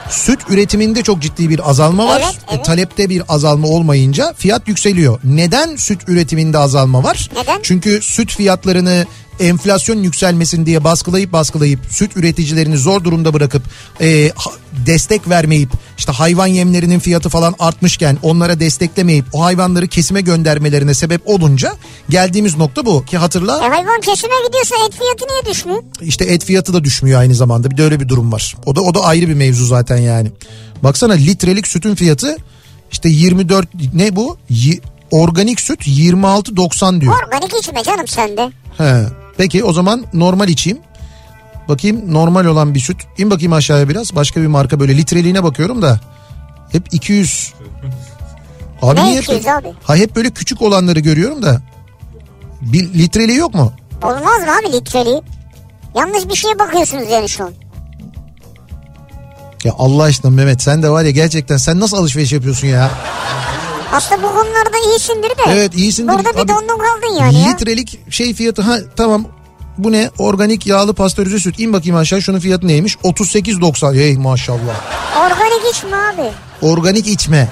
Speaker 1: Süt üretiminde çok ciddi bir azalma var.
Speaker 2: Evet, evet.
Speaker 1: E, talepte bir azalma olmayınca fiyat yükseliyor. Neden süt üretiminde azalma var?
Speaker 2: Neden?
Speaker 1: Çünkü süt fiyatlarını enflasyon yükselmesin diye baskılayıp baskılayıp süt üreticilerini zor durumda bırakıp e, ha- destek vermeyip işte hayvan yemlerinin fiyatı falan artmışken onlara desteklemeyip o hayvanları kesime göndermelerine sebep olunca geldiğimiz nokta bu ki hatırla
Speaker 2: e, hayvan kesime gidiyorsa et fiyatı niye düşmüyor?
Speaker 1: işte et fiyatı da düşmüyor aynı zamanda. Bir de öyle bir durum var. O da o da ayrı bir mevzu zaten yani. Baksana litrelik sütün fiyatı işte 24 ne bu? Yi- organik süt 26.90 diyor.
Speaker 2: Organik içme canım sende.
Speaker 1: He. Peki o zaman normal içeyim. Bakayım normal olan bir süt. İn bakayım aşağıya biraz. Başka bir marka böyle litreliğine bakıyorum da. Hep 200. Abi
Speaker 2: Ne
Speaker 1: niye
Speaker 2: 200
Speaker 1: hep,
Speaker 2: abi?
Speaker 1: Ha hep böyle küçük olanları görüyorum da. Bir litreliği yok mu?
Speaker 2: Olmaz mı abi litreliği? Yanlış bir şeye bakıyorsunuz yani şu an.
Speaker 1: Ya Allah aşkına Mehmet sen de var ya gerçekten sen nasıl alışveriş yapıyorsun ya?
Speaker 2: Aslında bu konularda iyisindir de.
Speaker 1: Evet, iyisindir.
Speaker 2: Burada bir
Speaker 1: Abi,
Speaker 2: dondun kaldın yani ya.
Speaker 1: Litrelik şey fiyatı ha tamam bu ne organik yağlı pastörize süt in bakayım aşağı şunun fiyatı neymiş 38.90 hey maşallah
Speaker 2: Organik içme abi.
Speaker 1: organik içme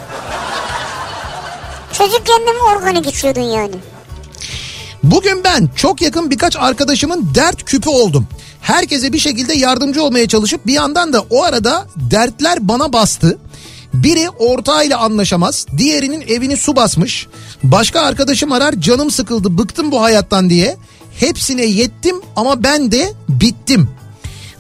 Speaker 2: Çocuk kendimi organik içiyordun yani.
Speaker 1: Bugün ben çok yakın birkaç arkadaşımın dert küpü oldum. Herkese bir şekilde yardımcı olmaya çalışıp bir yandan da o arada dertler bana bastı. Biri ortağıyla anlaşamaz, diğerinin evini su basmış. Başka arkadaşım arar canım sıkıldı bıktım bu hayattan diye. Hepsine yettim ama ben de bittim.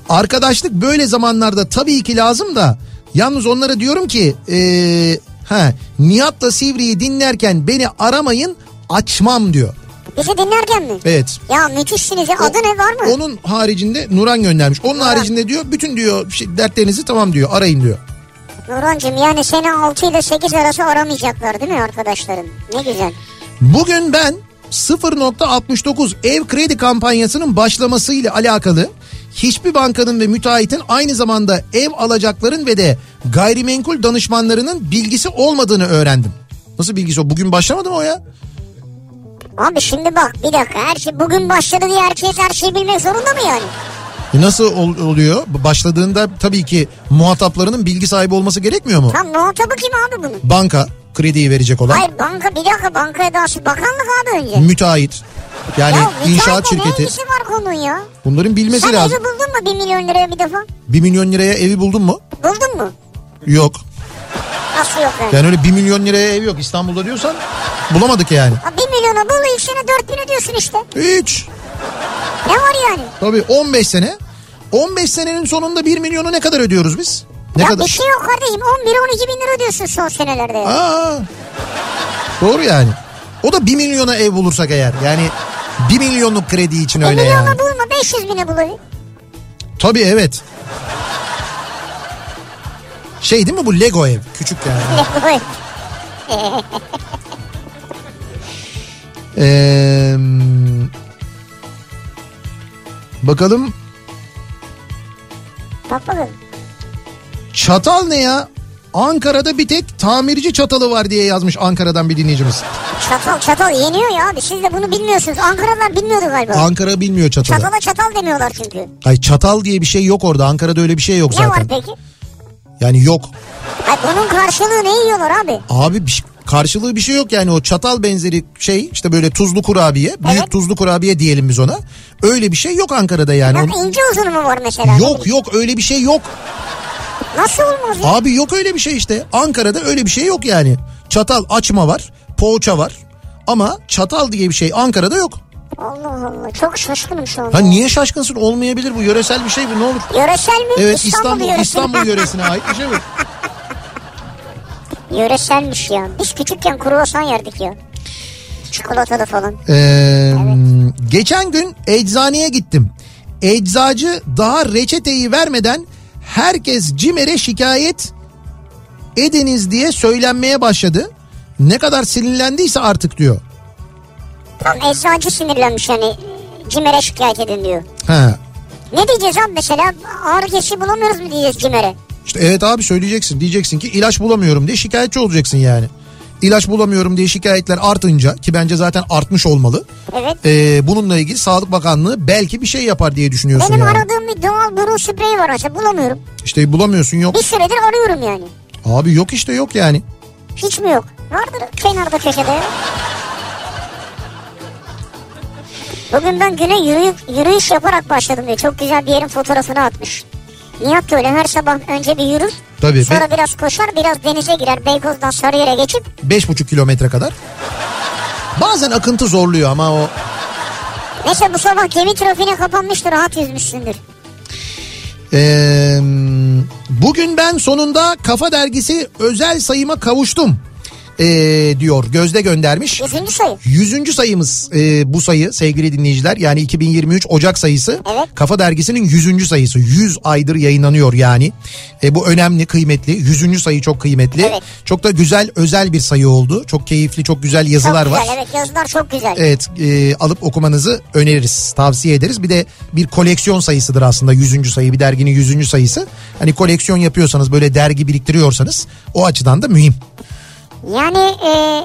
Speaker 1: Arkadaşlık böyle zamanlarda tabii ki lazım da yalnız onlara diyorum ki eee, ha, Nihat'la Sivri'yi dinlerken beni aramayın açmam diyor.
Speaker 2: Bizi dinlerken mi?
Speaker 1: Evet.
Speaker 2: Ya müthişsiniz ya. Adı ne var mı?
Speaker 1: Onun haricinde Nuran göndermiş. Onun haricinde diyor bütün diyor şey, dertlerinizi tamam diyor arayın diyor.
Speaker 2: Nurhan'cığım yani seni 6 ile 8 arası aramayacaklar değil mi arkadaşların? Ne güzel.
Speaker 1: Bugün ben 0.69 ev kredi kampanyasının başlamasıyla alakalı hiçbir bankanın ve müteahhitin aynı zamanda ev alacakların ve de gayrimenkul danışmanlarının bilgisi olmadığını öğrendim. Nasıl bilgisi o? Bugün başlamadı mı o ya?
Speaker 2: Abi şimdi bak bir dakika her şey bugün başladı diye herkes her şeyi bilmek zorunda mı yani?
Speaker 1: E Nasıl ol- oluyor? Başladığında tabii ki muhataplarının bilgi sahibi olması gerekmiyor mu?
Speaker 2: Tam muhatabı kim abi bunun?
Speaker 1: Banka krediyi verecek olan.
Speaker 2: Hayır banka bir dakika bankaya daha şey- bakanlık abi önce.
Speaker 1: müteahhit yani
Speaker 2: ya
Speaker 1: Hani inşaat
Speaker 2: müteahhitin
Speaker 1: şirketi
Speaker 2: Ne ilgisi var konunun ya?
Speaker 1: bunların bilmesi
Speaker 2: Sen
Speaker 1: lazım.
Speaker 2: evi buldun mu 1 milyon liraya bir defa?
Speaker 1: 1 milyon liraya evi buldun mu?
Speaker 2: Buldun mu?
Speaker 1: Yok.
Speaker 2: Nasıl yok yani?
Speaker 1: Yani öyle 1 milyon liraya ev yok İstanbul'da diyorsan bulamadık yani.
Speaker 2: Ha, 1 milyona bul ilk sene 4 bin ödüyorsun işte.
Speaker 1: Hiç.
Speaker 2: Ne var yani?
Speaker 1: Tabii 15 sene. 15 senenin sonunda 1 milyonu ne kadar ödüyoruz biz? Ne
Speaker 2: ya bir
Speaker 1: kadar?
Speaker 2: şey yok kardeşim 11-12 bin lira ödüyorsun son senelerde. ya.
Speaker 1: Aa. Doğru yani. O da 1 milyona ev bulursak eğer. Yani 1 milyonluk kredi için
Speaker 2: 1
Speaker 1: öyle
Speaker 2: milyona
Speaker 1: yani.
Speaker 2: bulma 500 bine bul evi.
Speaker 1: Tabii evet. Şey değil mi bu Lego ev? Küçük yani.
Speaker 2: Lego
Speaker 1: Ee, bakalım
Speaker 2: Bak bakalım.
Speaker 1: çatal ne ya? Ankara'da bir tek tamirci çatalı var diye yazmış Ankara'dan bir dinleyicimiz.
Speaker 2: Çatal çatal yeniyor ya abi. Siz de bunu bilmiyorsunuz. Ankara'dan bilmiyordu galiba.
Speaker 1: Ankara bilmiyor çatalı.
Speaker 2: Çatala çatal demiyorlar çünkü. Ne
Speaker 1: Ay çatal diye bir şey yok orada. Ankara'da öyle bir şey yok
Speaker 2: var
Speaker 1: zaten.
Speaker 2: peki?
Speaker 1: Yani yok.
Speaker 2: Ay bunun karşılığı ne yiyorlar abi?
Speaker 1: Abi bir, şey- karşılığı bir şey yok yani o çatal benzeri şey işte böyle tuzlu kurabiye, büyük
Speaker 2: Evet.
Speaker 1: tuzlu kurabiye diyelim biz ona. Öyle bir şey yok Ankara'da yani.
Speaker 2: Ya
Speaker 1: O-
Speaker 2: ince uzunu mu var mesela?
Speaker 1: Yok yok öyle bir şey yok.
Speaker 2: Nasıl olmaz ya?
Speaker 1: Abi yok öyle bir şey işte. Ankara'da öyle bir şey yok yani. Çatal açma var, poğaça var. Ama çatal diye bir şey Ankara'da yok.
Speaker 2: Allah Allah. Çok şaşkınım şu anda.
Speaker 1: Ha niye şaşkınsın? Olmayabilir bu. Yöresel bir şey bu. Ne olur.
Speaker 2: Yöresel mi?
Speaker 1: Evet
Speaker 2: İstanbul,
Speaker 1: İstanbul
Speaker 2: yöresi.
Speaker 1: İstanbul, yöresine ait bir şey bu.
Speaker 2: Yöreselmiş ya. Biz küçükken kruvasan yerdik ya. Çikolatalı falan.
Speaker 1: Ee, Geçen gün eczaneye gittim. Eczacı daha reçeteyi vermeden herkes CİMER'e şikayet ediniz diye söylenmeye başladı. Ne kadar sinirlendiyse artık diyor.
Speaker 2: Tam eczacı sinirlenmiş yani. Cimer'e şikayet edin diyor.
Speaker 1: Ha.
Speaker 2: Ne diyeceğiz abi mesela? Ağrı kesici bulamıyoruz mu diyeceğiz Cimer'e?
Speaker 1: İşte evet abi söyleyeceksin. Diyeceksin ki ilaç bulamıyorum diye şikayetçi olacaksın yani. İlaç bulamıyorum diye şikayetler artınca ki bence zaten artmış olmalı.
Speaker 2: Evet.
Speaker 1: Ee, bununla ilgili Sağlık Bakanlığı belki bir şey yapar diye düşünüyorsun
Speaker 2: Benim
Speaker 1: yani.
Speaker 2: aradığım bir doğal burun spreyi var mesela bulamıyorum.
Speaker 1: İşte bulamıyorsun yok.
Speaker 2: Bir süredir arıyorum yani.
Speaker 1: Abi yok işte yok yani.
Speaker 2: Hiç mi yok? Vardır kenarda köşede ya. Bugün ben güne yürüyüş, yürüyüş yaparak başladım diyor. Çok güzel bir yerin fotoğrafını atmış. Nihat da öyle her sabah önce bir yürür.
Speaker 1: Tabii,
Speaker 2: Sonra
Speaker 1: be-
Speaker 2: biraz koşar biraz denize girer. Beykoz'dan Sarıyer'e geçip.
Speaker 1: Beş buçuk kilometre kadar. Bazen akıntı zorluyor ama o...
Speaker 2: Neyse bu sabah gemi trafiğine kapanmıştır rahat yüzmüşsündür.
Speaker 1: Ee, bugün ben sonunda Kafa Dergisi özel sayıma kavuştum ee, diyor. Gözde göndermiş.
Speaker 2: Yüzüncü sayı.
Speaker 1: 100. sayımız e, bu sayı sevgili dinleyiciler. Yani 2023 Ocak sayısı.
Speaker 2: Evet.
Speaker 1: Kafa Dergisi'nin 100. sayısı. 100 aydır yayınlanıyor yani. E, bu önemli, kıymetli. 100. sayı çok kıymetli.
Speaker 2: Evet.
Speaker 1: Çok da güzel, özel bir sayı oldu. Çok keyifli, çok güzel
Speaker 2: Çok
Speaker 1: yazılar
Speaker 2: güzel
Speaker 1: var.
Speaker 2: evet yazılar çok güzel.
Speaker 1: Evet e, alıp okumanızı öneririz tavsiye ederiz bir de bir koleksiyon sayısıdır aslında 100. sayı bir derginin 100. sayısı hani koleksiyon yapıyorsanız böyle dergi biriktiriyorsanız o açıdan da mühim.
Speaker 2: Yani e,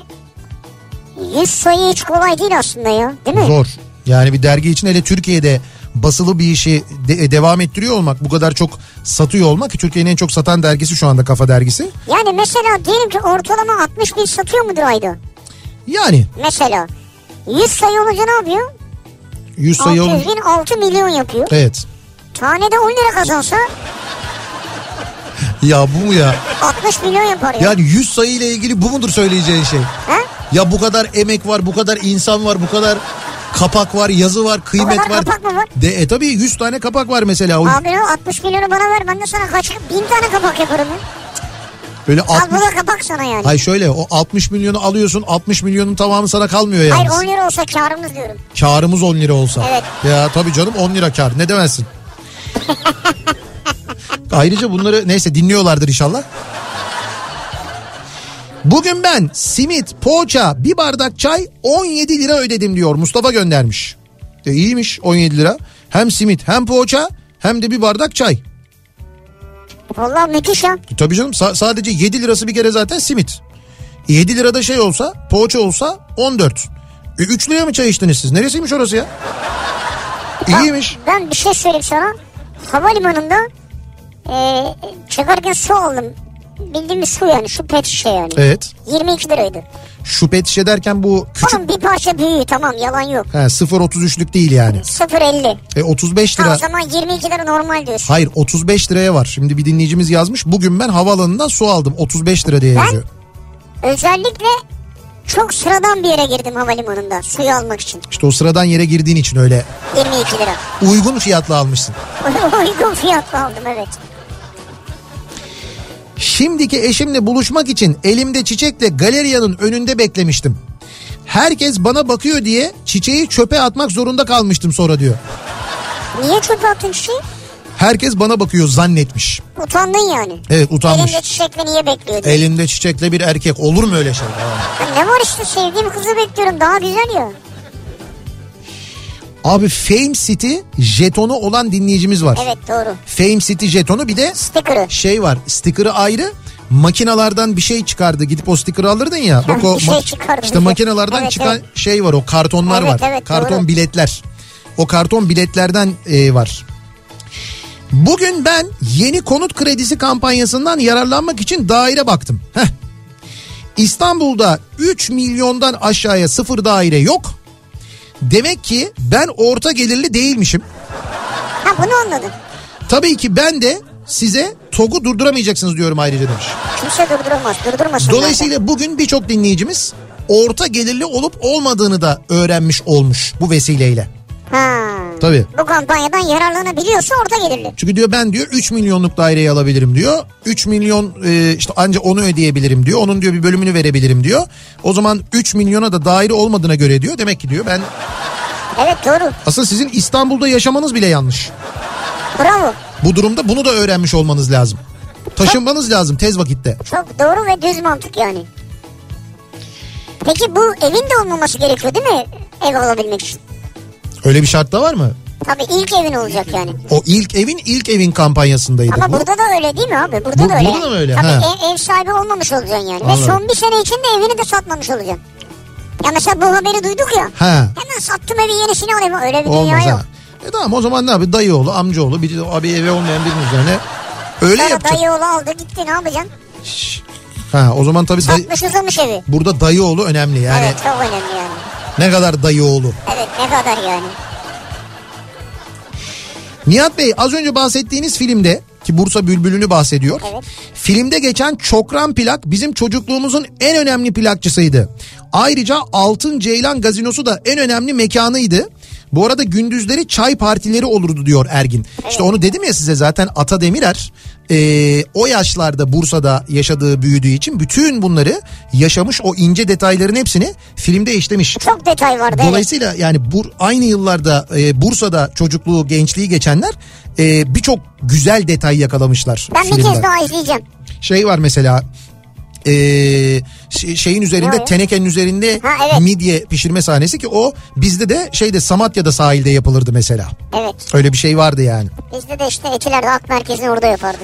Speaker 2: 100 sayı hiç kolay değil aslında ya değil mi?
Speaker 1: Zor. Yani bir dergi için hele Türkiye'de basılı bir işi de- e, devam ettiriyor olmak bu kadar çok satıyor olmak ki Türkiye'nin en çok satan dergisi şu anda Kafa Dergisi.
Speaker 2: Yani mesela diyelim ki ortalama 60 bin satıyor mudur ayda?
Speaker 1: Yani
Speaker 2: Mesela 100 sayı olunca ne yapıyor?
Speaker 1: 100 sayı olun.
Speaker 2: 600 bin 6 milyon yapıyor.
Speaker 1: Evet.
Speaker 2: Tanede 10 lira kazansa
Speaker 1: Ya bu mu ya?
Speaker 2: 60 milyon yapar ya.
Speaker 1: Yani 100 sayı ile ilgili bu mudur söyleyeceğin şey?
Speaker 2: Ha?
Speaker 1: Ya bu kadar emek var, bu kadar insan var, bu kadar kapak var, yazı var, kıymet
Speaker 2: kadar
Speaker 1: var.
Speaker 2: kapak mı var?
Speaker 1: De, e tabii 100 tane kapak var mesela. O
Speaker 2: Abi o 60 milyonu bana ver ben de sana kaç bin tane kapak yaparım ya.
Speaker 1: böyle
Speaker 2: Al
Speaker 1: 60
Speaker 2: bu da kapak sana yani.
Speaker 1: Hayır şöyle o 60 milyonu alıyorsun 60 milyonun tamamı sana kalmıyor yani.
Speaker 2: Hayır 10 lira olsa karımız diyorum.
Speaker 1: Karımız 10 lira olsa.
Speaker 2: Evet.
Speaker 1: Ya tabii canım 10 lira kar ne demezsin. Ayrıca bunları neyse dinliyorlardır inşallah. Bugün ben simit, poğaça, bir bardak çay 17 lira ödedim diyor Mustafa göndermiş. E iyiymiş 17 lira. Hem simit hem poğaça hem de bir bardak çay.
Speaker 2: Vallahi müthiş ya.
Speaker 1: E Tabii canım sa- sadece 7 lirası bir kere zaten simit. 7 lirada şey olsa poğaça olsa 14. E 3 liraya mı çay içtiniz siz? Neresiymiş orası ya? İyiymiş.
Speaker 2: Ben bir şey söyleyeyim sana. Havalimanında e, çıkarken su aldım. Bildiğimiz su yani şu pet şişe yani.
Speaker 1: Evet.
Speaker 2: 22 liraydı.
Speaker 1: Şu pet şişe derken bu küçük
Speaker 2: Onun bir parça büyüğü tamam yalan yok.
Speaker 1: he, 0.33'lük değil yani.
Speaker 2: 0.50.
Speaker 1: E 35
Speaker 2: Ha, o
Speaker 1: lira.
Speaker 2: zaman 22 lira normal diyorsun.
Speaker 1: Hayır 35 liraya var. Şimdi bir dinleyicimiz yazmış. Bugün ben havaalanından su aldım 35 lira diye
Speaker 2: Ben-
Speaker 1: yazıyor.
Speaker 2: Özellikle çok sıradan bir yere girdim havalimanında suyu almak için.
Speaker 1: İşte o sıradan yere girdiğin için öyle
Speaker 2: 22 lira.
Speaker 1: uygun fiyatla almışsın.
Speaker 2: Uygun fiyatla aldım evet.
Speaker 1: Şimdiki eşimle buluşmak için elimde çiçekle galeriyanın önünde beklemiştim. Herkes bana bakıyor diye çiçeği çöpe atmak zorunda kalmıştım sonra diyor.
Speaker 2: Niye çöpe attın çiçeği?
Speaker 1: Herkes bana bakıyor zannetmiş.
Speaker 2: Utandın yani.
Speaker 1: Evet utanmış. E-
Speaker 2: Elinde çiçekle niye bekliyordun?
Speaker 1: Elimde çiçekle bir erkek olur mu öyle şey? Aa.
Speaker 2: Ya Ne var işte sevdiğim kızı bekliyorum daha güzel ya.
Speaker 1: Abi Fame City jetonu olan dinleyicimiz var.
Speaker 2: Evet doğru.
Speaker 1: Fame City jetonu bir de
Speaker 2: Sticker'ı.
Speaker 1: şey var. Sticker'ı ayrı. makinalardan bir şey çıkardı. Gidip o stikeri alırdın ya. Bak o
Speaker 2: Bir şey
Speaker 1: mak-
Speaker 2: çıkardı.
Speaker 1: işte makinalardan
Speaker 2: Evet,
Speaker 1: çıkan
Speaker 2: evet.
Speaker 1: şey var o kartonlar
Speaker 2: Evet,
Speaker 1: var.
Speaker 2: evet,
Speaker 1: karton
Speaker 2: doğru.
Speaker 1: biletler. O karton biletlerden e, var. Bugün ben yeni konut kredisi kampanyasından yararlanmak için daire baktım. Heh. İstanbul'da 3 milyondan aşağıya sıfır daire yok. Demek ki ben orta gelirli değilmişim.
Speaker 2: Ha bunu anladım.
Speaker 1: Tabii ki ben de size TOG'u durduramayacaksınız diyorum ayrıca demiş.
Speaker 2: Kimse durduramaz. Durdurmasın.
Speaker 1: Dolayısıyla bugün birçok dinleyicimiz orta gelirli olup olmadığını da öğrenmiş olmuş bu vesileyle.
Speaker 2: zaten. Ha.
Speaker 1: Tabii.
Speaker 2: Bu kampanyadan yararlanabiliyorsa orada gelirli.
Speaker 1: Çünkü diyor ben diyor 3 milyonluk daireyi alabilirim diyor. 3 milyon e, işte anca onu ödeyebilirim diyor. Onun diyor bir bölümünü verebilirim diyor. O zaman 3 milyona da daire olmadığına göre diyor. Demek ki diyor ben
Speaker 2: Evet doğru.
Speaker 1: aslında sizin İstanbul'da yaşamanız bile yanlış.
Speaker 2: Bravo.
Speaker 1: Bu durumda bunu da öğrenmiş olmanız lazım. Taşınmanız lazım tez vakitte.
Speaker 2: Çok doğru ve düz mantık yani. Peki bu evin de olmaması gerekiyor değil mi? Ev alabilmek için.
Speaker 1: Öyle bir şart da var mı?
Speaker 2: Tabii ilk evin olacak yani.
Speaker 1: O ilk evin ilk evin kampanyasındaydı.
Speaker 2: Ama
Speaker 1: bu.
Speaker 2: burada da öyle değil mi abi? Burada
Speaker 1: Bu-
Speaker 2: da öyle.
Speaker 1: burada da mı öyle?
Speaker 2: Tabii
Speaker 1: Ha.
Speaker 2: ev, ev sahibi olmamış olacaksın yani.
Speaker 1: Anladım.
Speaker 2: Ve son bir sene içinde evini de satmamış olacaksın. Ya mesela bu haberi duyduk ya.
Speaker 1: Ha.
Speaker 2: Hemen sattım evi yenisini alayım. Öyle bir
Speaker 1: Olmaz
Speaker 2: dünya yok.
Speaker 1: ha. E tamam o zaman ne yapayım? Dayı oğlu, amca oğlu, bir abi evi olmayan birinin üzerine öyle
Speaker 2: Sonra
Speaker 1: yapacak.
Speaker 2: dayı oğlu aldı gitti ne yapacaksın?
Speaker 1: Ha o zaman tabii dayı-
Speaker 2: Satmış uzamış evi.
Speaker 1: burada dayı oğlu önemli yani.
Speaker 2: Evet çok önemli yani.
Speaker 1: Ne kadar dayı oğlu.
Speaker 2: Evet ne kadar yani.
Speaker 1: Nihat Bey az önce bahsettiğiniz filmde ki Bursa Bülbülü'nü bahsediyor.
Speaker 2: Evet.
Speaker 1: Filmde geçen Çokran plak bizim çocukluğumuzun en önemli plakçısıydı. Ayrıca Altın Ceylan Gazinosu da en önemli mekanıydı. Bu arada gündüzleri çay partileri olurdu diyor Ergin. İşte onu dedim ya size zaten Ata Demirer e, o yaşlarda Bursa'da yaşadığı büyüdüğü için bütün bunları yaşamış o ince detayların hepsini filmde işlemiş.
Speaker 2: Çok detay vardı evet.
Speaker 1: Dolayısıyla yani bu aynı yıllarda e, Bursa'da çocukluğu, gençliği geçenler e, birçok güzel detay yakalamışlar.
Speaker 2: Ben bir
Speaker 1: filmden.
Speaker 2: kez daha izleyeceğim.
Speaker 1: Şey var mesela e, şey- şeyin üzerinde
Speaker 2: Ne o ya?
Speaker 1: tenekenin üzerinde
Speaker 2: Ha, evet.
Speaker 1: midye pişirme sahnesi ki o bizde de şeyde Samatya'da sahilde yapılırdı mesela.
Speaker 2: Evet.
Speaker 1: Öyle bir şey vardı yani.
Speaker 2: Bizde de işte Etiler'de Ak Merkezi'ni orada yapardık.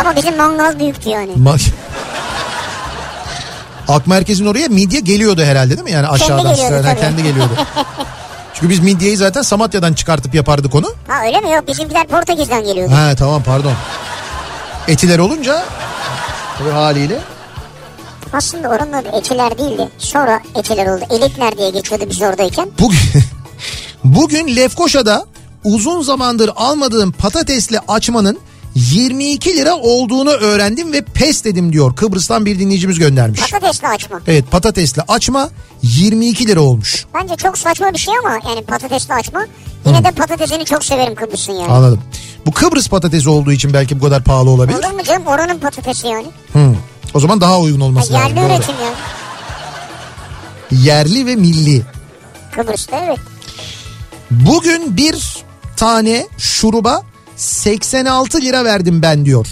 Speaker 2: Ama bizim mangal hani. büyüktü yani.
Speaker 1: Ma- Halk merkezin oraya midye geliyordu herhalde değil mi? Yani aşağıdan
Speaker 2: geliyordu
Speaker 1: sıradan
Speaker 2: tabii.
Speaker 1: kendi geliyordu. Çünkü biz midyeyi zaten Samatya'dan çıkartıp yapardık onu.
Speaker 2: Ha öyle mi? Yok bizimkiler Portekiz'den geliyordu.
Speaker 1: Ha tamam pardon. Etiler olunca tabii haliyle.
Speaker 2: Aslında oranın adı Etiler değildi. Sonra Etiler oldu. Elitler diye geçiyordu biz oradayken.
Speaker 1: Bugün, bugün Lefkoşa'da uzun zamandır almadığım patatesli açmanın 22 lira olduğunu öğrendim ve pes dedim diyor. Kıbrıs'tan bir dinleyicimiz göndermiş.
Speaker 2: Patatesli açma.
Speaker 1: Evet patatesli açma 22 lira olmuş.
Speaker 2: Bence çok saçma bir şey ama yani patatesli açma. Yine de patatesini çok severim Kıbrıs'ın yani.
Speaker 1: Anladım. Bu Kıbrıs patatesi olduğu için belki bu kadar pahalı olabilir.
Speaker 2: Olur mu canım oranın patatesi yani.
Speaker 1: Hı. O zaman daha uygun
Speaker 2: Ya
Speaker 1: olması lazım.
Speaker 2: yerli
Speaker 1: Doğru.
Speaker 2: üretim yani.
Speaker 1: Yerli ve milli.
Speaker 2: Kıbrıs'ta evet.
Speaker 1: Bugün bir tane şuruba 86 lira verdim ben diyor.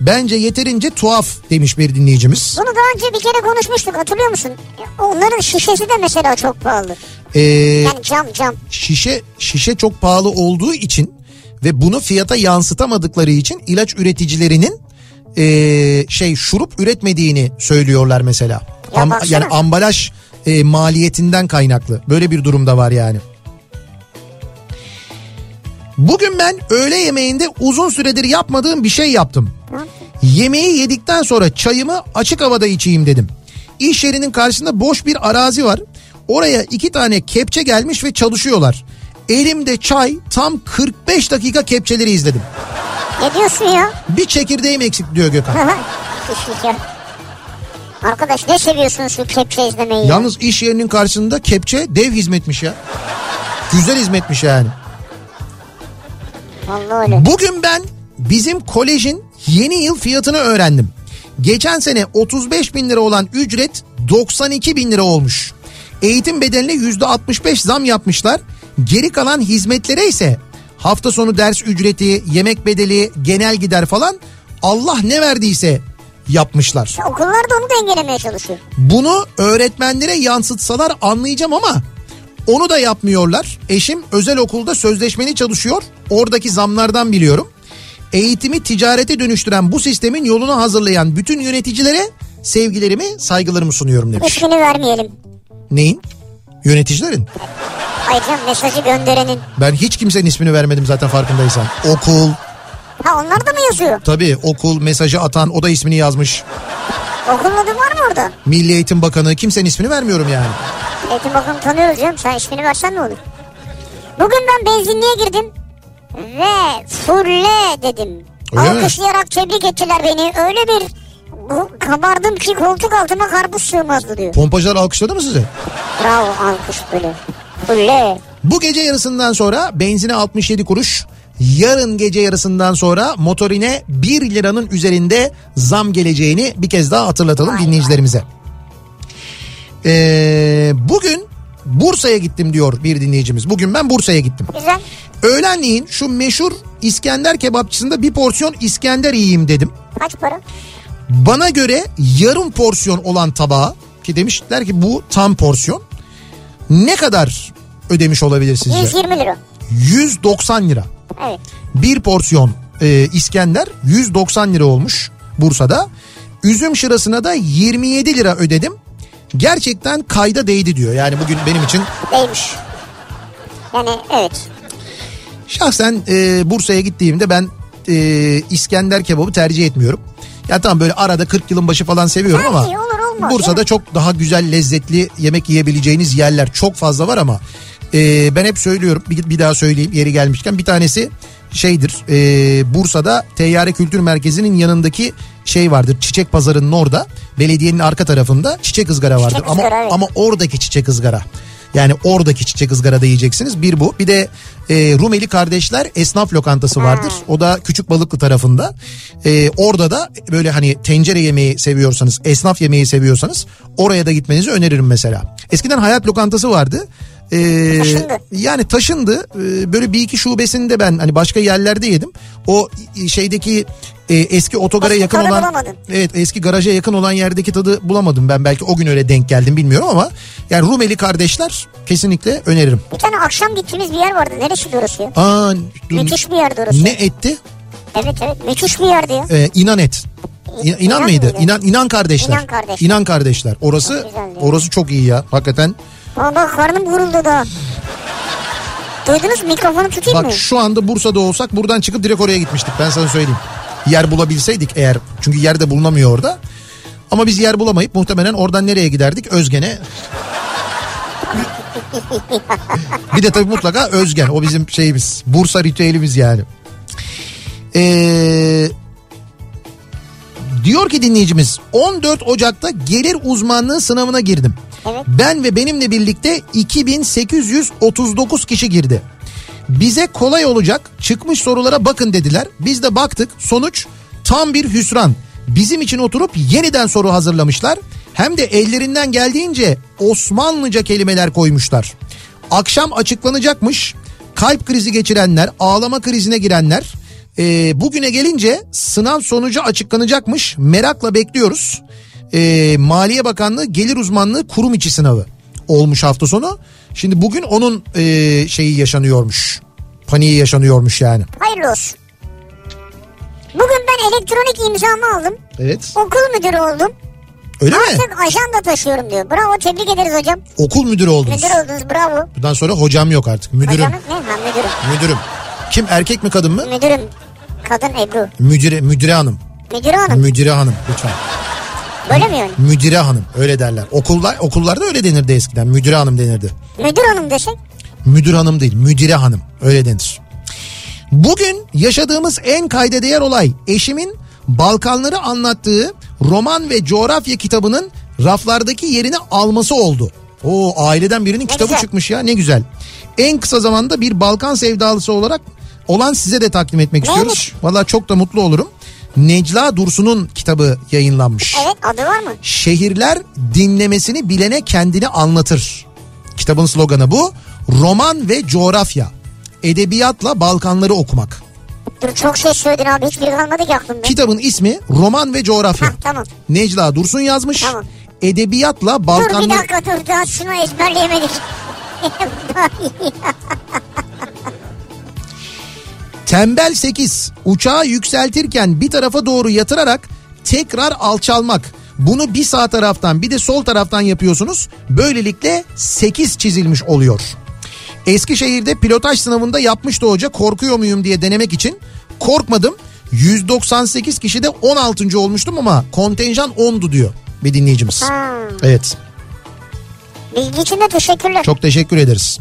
Speaker 1: Bence yeterince tuhaf demiş bir dinleyicimiz.
Speaker 2: Bunu daha önce bir kere konuşmuştuk hatırlıyor musun? E, Onların şişesi de mesela çok pahalı.
Speaker 1: Ee,
Speaker 2: Yani cam cam.
Speaker 1: şişe şişe çok pahalı olduğu için ve bunu fiyata yansıtamadıkları için ilaç üreticilerinin ee, şey şurup üretmediğini söylüyorlar mesela.
Speaker 2: Ya
Speaker 1: Am-
Speaker 2: baksana.
Speaker 1: yani ambalaj e, maliyetinden kaynaklı. Böyle bir durumda var yani. Bugün ben öğle yemeğinde uzun süredir yapmadığım bir şey yaptım. Yemeği yedikten sonra çayımı açık havada içeyim dedim. İş yerinin karşısında boş bir arazi var. Oraya iki tane kepçe gelmiş ve çalışıyorlar. Elimde çay tam 45 dakika kepçeleri izledim.
Speaker 2: Ne diyorsun ya?
Speaker 1: Bir çekirdeğim eksik diyor Gökhan.
Speaker 2: Ya. Arkadaş ne seviyorsun şu kepçe izlemeyi? ya?
Speaker 1: Yalnız iş yerinin karşısında kepçe dev hizmetmiş ya. Güzel hizmetmiş yani.
Speaker 2: Vallahi öyle.
Speaker 1: Bugün ben bizim kolejin yeni yıl fiyatını öğrendim. Geçen sene 35 bin lira olan ücret 92 bin lira olmuş. Eğitim bedeline yüzde 65 zam yapmışlar. Geri kalan hizmetlere ise hafta sonu ders ücreti, yemek bedeli, genel gider falan Allah ne verdiyse yapmışlar.
Speaker 2: İşte okullar da onu dengelemeye çalışıyor.
Speaker 1: Bunu öğretmenlere yansıtsalar anlayacağım ama onu da yapmıyorlar. Eşim özel okulda sözleşmeli çalışıyor. Oradaki zamlardan biliyorum. Eğitimi ticarete dönüştüren bu sistemin yolunu hazırlayan bütün yöneticilere sevgilerimi, saygılarımı sunuyorum demiş.
Speaker 2: İsmini vermeyelim.
Speaker 1: Neyin? Yöneticilerin.
Speaker 2: Ayrıca mesajı gönderenin.
Speaker 1: Ben hiç kimsenin ismini vermedim zaten farkındaysan. Okul,
Speaker 2: Ha onlar da mı yazıyor?
Speaker 1: tabii okul mesajı atan o da ismini yazmış.
Speaker 2: Okulun adı var mı orada?
Speaker 1: Milli Eğitim Bakanı kimsenin ismini vermiyorum yani.
Speaker 2: Eğitim Bakanı tanıyoruz canım. Sen ismini versen ne olur? Bugün ben benzinliğe girdim. Ve fulle dedim.
Speaker 1: Öyle mi?
Speaker 2: Alkışlayarak tebrik ettiler beni. Öyle bir bu- kabardım ki koltuk altıma karpuz sığmazdı diyor.
Speaker 1: Pompacılar alkışladı mı sizi?
Speaker 2: Bravo alkış böyle. Fulle.
Speaker 1: Bu gece yarısından sonra benzine 67 kuruş, yarın gece yarısından sonra motorine 1 liranın üzerinde zam geleceğini bir kez daha hatırlatalım dinleyicilerimize. Ee, bugün Bursa'ya gittim diyor bir dinleyicimiz. Bugün ben Bursa'ya gittim.
Speaker 2: Güzel.
Speaker 1: Öğlenleyin şu meşhur İskender kebapçısında bir porsiyon İskender yiyeyim dedim.
Speaker 2: Kaç para?
Speaker 1: Bana göre yarım porsiyon olan tabağa ki demişler ki bu tam porsiyon ne kadar ödemiş olabilir sizce?
Speaker 2: 120 lira.
Speaker 1: 190 lira.
Speaker 2: Evet.
Speaker 1: Bir porsiyon e, İskender 190 lira olmuş Bursa'da. Üzüm şırasına da 27 lira ödedim. Gerçekten kayda değdi diyor. Yani bugün benim için
Speaker 2: Değilmiş. Yani evet.
Speaker 1: şahsen e, Bursa'ya gittiğimde ben e, İskender kebabı tercih etmiyorum. Ya tamam böyle arada 40 yılın başı falan seviyorum ama
Speaker 2: Tercih olur olmaz
Speaker 1: Bursa'da
Speaker 2: ya.
Speaker 1: çok daha güzel lezzetli yemek yiyebileceğiniz yerler çok fazla var ama e, ben hep söylüyorum bir, bir daha söyleyeyim yeri gelmişken bir tanesi şeydir e, Bursa'da Teyyare Kültür Merkezi'nin yanındaki şey vardır çiçek pazarının orada belediyenin arka tarafında çiçek ızgara vardır
Speaker 2: Çiçek
Speaker 1: ama
Speaker 2: ızgara, evet.
Speaker 1: ama oradaki çiçek ızgara yani oradaki çiçek ızgarada yiyeceksiniz bir bu bir de e, Rumeli Kardeşler esnaf lokantası vardır o da küçük balıklı tarafında E, orada da böyle hani tencere yemeği seviyorsanız esnaf yemeği seviyorsanız oraya da gitmenizi öneririm mesela eskiden hayat lokantası vardı E,
Speaker 2: Taşındı.
Speaker 1: yani taşındı. Ee, Böyle bir iki şubesinde ben hani başka yerlerde yedim. O i- şeydeki e, eski otogara
Speaker 2: Eski
Speaker 1: yakın
Speaker 2: tadı
Speaker 1: olan
Speaker 2: bulamadın.
Speaker 1: evet eski garaja yakın olan yerdeki tadı bulamadım ben. Belki o gün öyle denk geldim bilmiyorum ama yani Rumeli kardeşler kesinlikle öneririm.
Speaker 2: Bir tane akşam gittiğimiz bir yer vardı. Neresi orası ya?
Speaker 1: Aa, dur-
Speaker 2: Müthiş bir yerdi orası.
Speaker 1: ne etti?
Speaker 2: Evet evet. Müthiş bir yerdi ya.
Speaker 1: Ee, inan et. İ- İnan,
Speaker 2: İnan
Speaker 1: mıydı?
Speaker 2: mıydı?
Speaker 1: İnan İnan kardeşler.
Speaker 2: İnan kardeşler.
Speaker 1: İnan kardeşler. Orası
Speaker 2: Çok güzeldi.
Speaker 1: orası çok iyi ya. Hakikaten.
Speaker 2: Aa, bak karnım guruldu da. Duydunuz mu? mikrofonu tutayım
Speaker 1: Bak
Speaker 2: mı?
Speaker 1: şu anda Bursa'da olsak buradan çıkıp direkt oraya gitmiştik. Ben sana söyleyeyim. Yer bulabilseydik eğer. Çünkü yer de bulunamıyor orada. Ama biz yer bulamayıp muhtemelen oradan nereye giderdik? Özgen'e. bir de tabii mutlaka Özgen. O bizim şeyimiz. Bursa ritüelimiz yani. Ee, diyor ki dinleyicimiz 14 Ocak'ta gelir uzmanlığı sınavına girdim.
Speaker 2: Evet.
Speaker 1: Ben ve benimle birlikte 2839 kişi girdi. Bize kolay olacak çıkmış sorulara bakın dediler. Biz de baktık sonuç tam bir hüsran. Bizim için oturup yeniden soru hazırlamışlar. Hem de ellerinden geldiğince Osmanlıca kelimeler koymuşlar. Akşam açıklanacakmış. Kalp krizi geçirenler, ağlama krizine girenler. e, bugüne gelince sınav sonucu açıklanacakmış. Merakla bekliyoruz. E, Maliye Bakanlığı Gelir Uzmanlığı Kurum içi sınavı olmuş hafta sonu. Şimdi bugün onun e, şeyi yaşanıyormuş. Paniği yaşanıyormuş yani.
Speaker 2: Hayırlı olsun. Bugün ben elektronik imzamı aldım.
Speaker 1: Evet.
Speaker 2: Okul müdürü oldum.
Speaker 1: Öyle mi?
Speaker 2: Artık ajanda taşıyorum diyor. Bravo tebrik ederiz hocam.
Speaker 1: Okul müdürü oldunuz.
Speaker 2: Müdür oldunuz bravo.
Speaker 1: Bundan sonra hocam yok artık. Müdürüm.
Speaker 2: Hocamız ne? Ha, müdürüm.
Speaker 1: Müdürüm. Kim erkek mi kadın mı?
Speaker 2: Müdürüm. Kadın Ebru.
Speaker 1: Müdüre, müdüre hanım.
Speaker 2: Müdürü hanım.
Speaker 1: Müdüre hanım lütfen.
Speaker 2: Böyle mi yani?
Speaker 1: Müdüre hanım öyle derler. Okullar okullarda öyle denirdi eskiden. Müdüre hanım denirdi.
Speaker 2: Müdür hanım desek.
Speaker 1: Müdür hanım değil müdüre hanım öyle denir. Bugün yaşadığımız en kayda değer olay eşimin Balkanları anlattığı roman ve coğrafya kitabının raflardaki yerini alması oldu. O aileden birinin kitabı
Speaker 2: güzel.
Speaker 1: çıkmış ya ne güzel. En kısa zamanda bir Balkan sevdalısı olarak olan size de takdim etmek istiyoruz. Valla çok da mutlu olurum. Necla Dursun'un kitabı yayınlanmış.
Speaker 2: Evet adı var mı?
Speaker 1: Şehirler dinlemesini bilene kendini anlatır. Kitabın sloganı bu. Roman ve coğrafya. Edebiyatla Balkanları okumak.
Speaker 2: Dur çok şey söyledin abi. Hiçbiri kalmadı ki aklımda.
Speaker 1: Kitabın ismi Roman ve Coğrafya.
Speaker 2: Ha, tamam.
Speaker 1: Necla Dursun yazmış.
Speaker 2: Tamam.
Speaker 1: Edebiyatla
Speaker 2: Dur bir
Speaker 1: Balkanları...
Speaker 2: dakika dur daha şunu ezberleyemedik.
Speaker 1: Tembel 8. Uçağı yükseltirken bir tarafa doğru yatırarak tekrar alçalmak. Bunu bir sağ taraftan bir de sol taraftan yapıyorsunuz. Böylelikle 8 çizilmiş oluyor. Eskişehir'de pilotaj sınavında yapmıştı hoca korkuyor muyum diye denemek için korkmadım. 198 kişide 16. olmuştum ama kontenjan 10'du diyor bir dinleyicimiz. Evet.
Speaker 2: Bilgi için de teşekkürler.
Speaker 1: Çok teşekkür ederiz.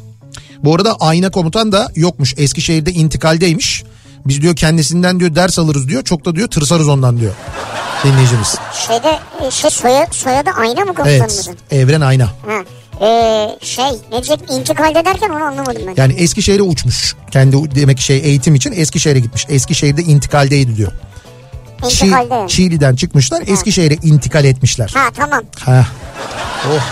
Speaker 1: Bu arada ayna komutan da yokmuş. Eskişehir'de intikaldeymiş. Biz diyor kendisinden diyor ders alırız diyor. Çok da diyor tırsarız ondan diyor. Dinleyicimiz.
Speaker 2: Şeyde e, şey soya, soyadı ayna mı
Speaker 1: Evet.
Speaker 2: komutanımızın?
Speaker 1: Evren Ayna.
Speaker 2: Ha. Ee, şey ne diyecek intikal ederken onu anlamadım ben.
Speaker 1: Yani Eskişehir'e uçmuş. Kendi u- demek ki şey eğitim için Eskişehir'e gitmiş. Eskişehir'de intikaldeydi diyor. Çi-
Speaker 2: İntikalde. yani.
Speaker 1: Çiğli'den çıkmışlar. Eskişehir'e intikal etmişler.
Speaker 2: Ha tamam.
Speaker 1: Ha. Oh.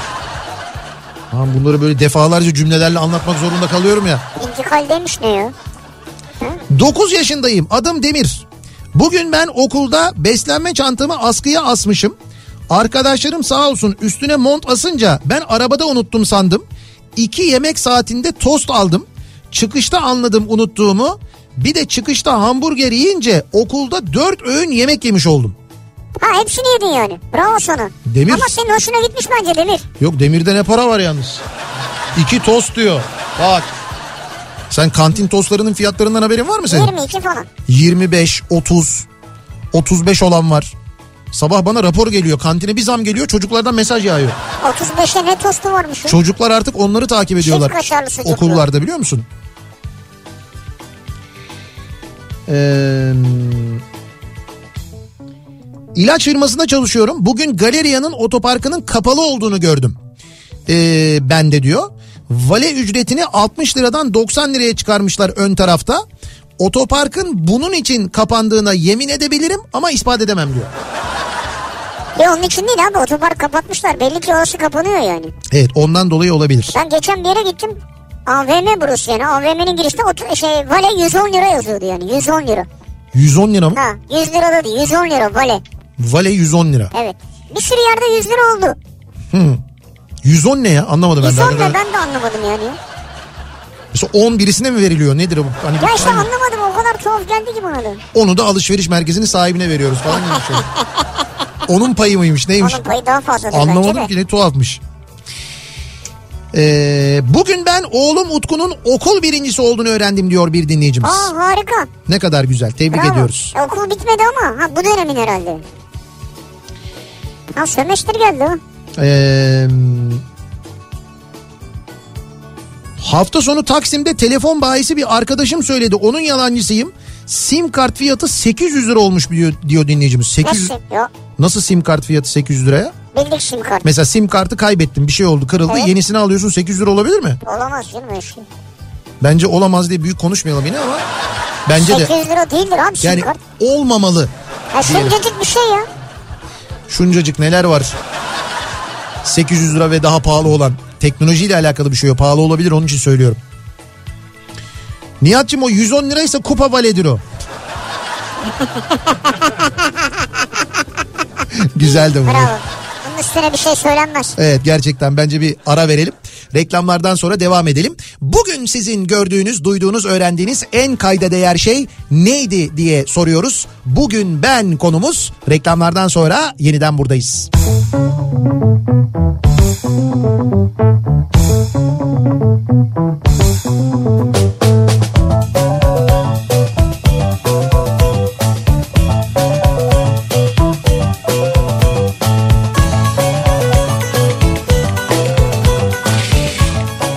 Speaker 1: Lan bunları böyle defalarca cümlelerle anlatmak zorunda kalıyorum ya.
Speaker 2: İntikal demiş ne ya?
Speaker 1: 9 yaşındayım. Adım Demir. Bugün ben okulda beslenme çantamı askıya asmışım. Arkadaşlarım sağ olsun üstüne mont asınca ben arabada unuttum sandım. İki yemek saatinde tost aldım. Çıkışta anladım unuttuğumu. Bir de çıkışta hamburger yiyince okulda dört öğün yemek yemiş oldum.
Speaker 2: Ha hepsini yedin yani. Bravo sana.
Speaker 1: Demir.
Speaker 2: Ama senin hoşuna gitmiş bence Demir.
Speaker 1: Yok Demir'de ne para var yalnız. İki tost diyor. Bak. Sen kantin tostlarının fiyatlarından haberin var mı senin?
Speaker 2: 22 falan.
Speaker 1: 25, 30, 35 olan var. Sabah bana rapor geliyor. Kantine bir zam geliyor. Çocuklardan mesaj yağıyor.
Speaker 2: 35'te ne tostu varmış? ya?
Speaker 1: Çocuklar artık onları takip ediyorlar.
Speaker 2: kaşarlı sucuklu.
Speaker 1: Okullarda biliyor musun? Ee, ilaç firmasında çalışıyorum. Bugün galeriyanın otoparkının kapalı olduğunu gördüm. Ee, ben de diyor. Vale ücretini 60 liradan 90 liraya çıkarmışlar ön tarafta. Otoparkın bunun için kapandığına yemin edebilirim ama ispat edemem diyor.
Speaker 2: Ya onun için değil abi otopark kapatmışlar. Belli ki orası kapanıyor yani.
Speaker 1: Evet ondan dolayı olabilir.
Speaker 2: Ben geçen bir yere gittim. AVM burası yani. AVM'nin girişinde otur, şey, vale 110 lira yazıyordu yani. 110 lira.
Speaker 1: 110 lira mı?
Speaker 2: Ha 100 lira da değil 110 lira vale.
Speaker 1: Vale 110 lira.
Speaker 2: Evet. Bir sürü yerde 100 lira oldu.
Speaker 1: 110 ne ya? Anlamadım ben.
Speaker 2: 110
Speaker 1: daha.
Speaker 2: lira ben de anlamadım yani.
Speaker 1: Mesela 10 birisine mi veriliyor nedir bu? Hani
Speaker 2: Ya işte anlamadım o kadar tuhaf geldi ki bana da.
Speaker 1: onu da alışveriş merkezinin sahibine veriyoruz falan gibi bir şey. Onun payı mıymış neymiş?
Speaker 2: Onun payı daha fazladır
Speaker 1: Anlamadım
Speaker 2: bence de.
Speaker 1: ki ne tuhafmış. Ee, bugün ben oğlum Utku'nun okul birincisi olduğunu öğrendim diyor bir dinleyicimiz.
Speaker 2: Aa harika.
Speaker 1: Ne kadar güzel tebrik
Speaker 2: Bravo.
Speaker 1: ediyoruz.
Speaker 2: E, Okul bitmedi ama ha bu dönemin herhalde. Ha sömeştir geldi o.
Speaker 1: Ee, hafta sonu Taksim'de telefon bayisi bir arkadaşım söyledi. Onun yalancısıyım. Sim kart fiyatı 800 lira olmuş diyor, diyor dinleyicimiz. 800
Speaker 2: Nasıl? Yok.
Speaker 1: Nasıl sim kart fiyatı 800 liraya?
Speaker 2: şey? Bildik sim kart.
Speaker 1: Mesela sim kartı kaybettin bir şey oldu kırıldı
Speaker 2: Evet.
Speaker 1: yenisini alıyorsun 800 lira olabilir mi?
Speaker 2: Olamaz değil mi öyle şey?
Speaker 1: Bence olamaz diye büyük konuşmayalım yine ama bence de
Speaker 2: 800 lira değildir abi sim
Speaker 1: yani
Speaker 2: kart.
Speaker 1: olmamalı.
Speaker 2: Ya şimdicik bir şey ya.
Speaker 1: Şuncacık neler var 800 lira ve daha pahalı olan teknolojiyle alakalı bir şey o pahalı olabilir onun için söylüyorum. Nihat'cığım o 110 liraysa kupa valedir o. Güzeldi bu.
Speaker 2: Bravo. Bunun üstüne bir şey söylenmez.
Speaker 1: Evet gerçekten bence bir ara verelim. Reklamlardan sonra devam edelim. Bugün sizin gördüğünüz, duyduğunuz, öğrendiğiniz en kayda değer şey neydi diye soruyoruz. Bugün ben konumuz. Reklamlardan sonra yeniden buradayız.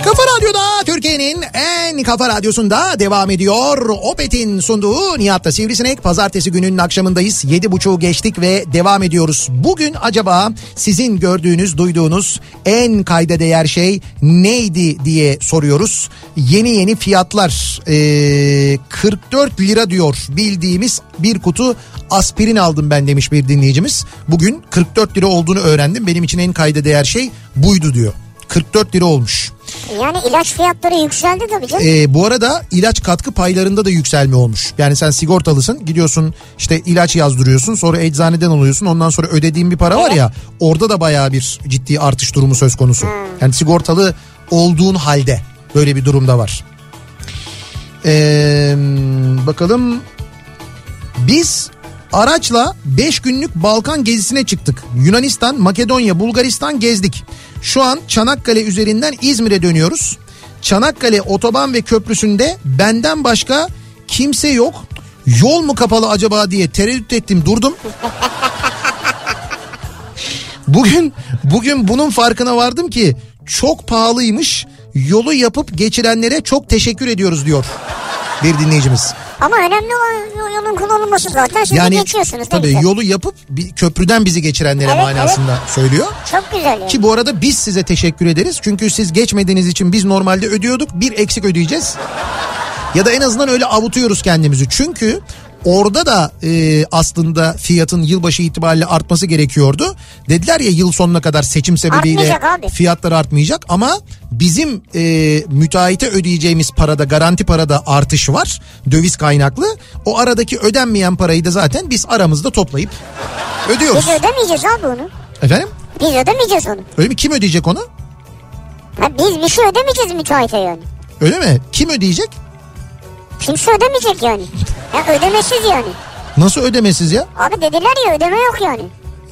Speaker 1: Kafa Radyo'da Türkiye'nin en kafa radyosunda devam ediyor. Opet'in sunduğu Nihat'ta Sivrisinek. Pazartesi gününün akşamındayız. Yedi buçuğu geçtik ve devam ediyoruz. Bugün acaba sizin gördüğünüz, duyduğunuz en kayda değer şey neydi diye soruyoruz. Yeni yeni fiyatlar. Ee, 44 lira diyor bildiğimiz bir kutu aspirin aldım ben demiş bir dinleyicimiz. Bugün 44 lira olduğunu öğrendim. Benim için en kayda değer şey buydu diyor. 44 lira olmuş.
Speaker 2: Yani ilaç fiyatları yükseldi tabii canım.
Speaker 1: Ee, bu arada ilaç katkı paylarında da yükselme olmuş. Yani sen sigortalısın gidiyorsun işte ilaç yazdırıyorsun sonra eczaneden alıyorsun ondan sonra ödediğin bir para var ya orada da bayağı bir ciddi artış durumu söz konusu. Yani sigortalı olduğun halde böyle bir durumda var. Ee, bakalım biz araçla 5 günlük Balkan gezisine çıktık. Yunanistan, Makedonya, Bulgaristan gezdik. Şu an Çanakkale üzerinden İzmir'e dönüyoruz. Çanakkale otoban ve köprüsünde benden başka kimse yok. Yol mu kapalı acaba diye tereddüt ettim durdum. Bugün bugün bunun farkına vardım ki çok pahalıymış. Yolu yapıp geçirenlere çok teşekkür ediyoruz diyor bir dinleyicimiz.
Speaker 2: Ama önemli olan o yolun kullanılması zaten. Siz de geçiyorsunuz. ne
Speaker 1: tabii
Speaker 2: güzel.
Speaker 1: yolu yapıp bir köprüden bizi geçirenlere
Speaker 2: Evet,
Speaker 1: manasında söylüyor.
Speaker 2: Çok güzel yani.
Speaker 1: Ki bu arada biz size teşekkür ederiz. Çünkü siz geçmediğiniz için biz normalde ödüyorduk. Bir eksik ödeyeceğiz. ya da en azından öyle avutuyoruz kendimizi. Çünkü orada da e, aslında fiyatın yılbaşı itibariyle artması gerekiyordu. Dediler ya yıl sonuna kadar seçim sebebiyle
Speaker 2: Artmayacak abi.
Speaker 1: fiyatlar artmayacak ama bizim e, müteahhite ödeyeceğimiz parada garanti parada artış var. Döviz kaynaklı. O aradaki ödenmeyen parayı da zaten biz aramızda toplayıp ödüyoruz.
Speaker 2: Biz ödemeyeceğiz abi onu.
Speaker 1: Efendim?
Speaker 2: Biz ödemeyeceğiz onu.
Speaker 1: Öyle mi? Kim ödeyecek onu?
Speaker 2: Ha, biz bir şey ödemeyeceğiz müteahhite yani.
Speaker 1: Öyle mi? Kim ödeyecek?
Speaker 2: Kimse ödemeyecek yani. Ya ödemesiz yani.
Speaker 1: Nasıl ödemesiz ya?
Speaker 2: Abi dediler ya ödeme yok yani.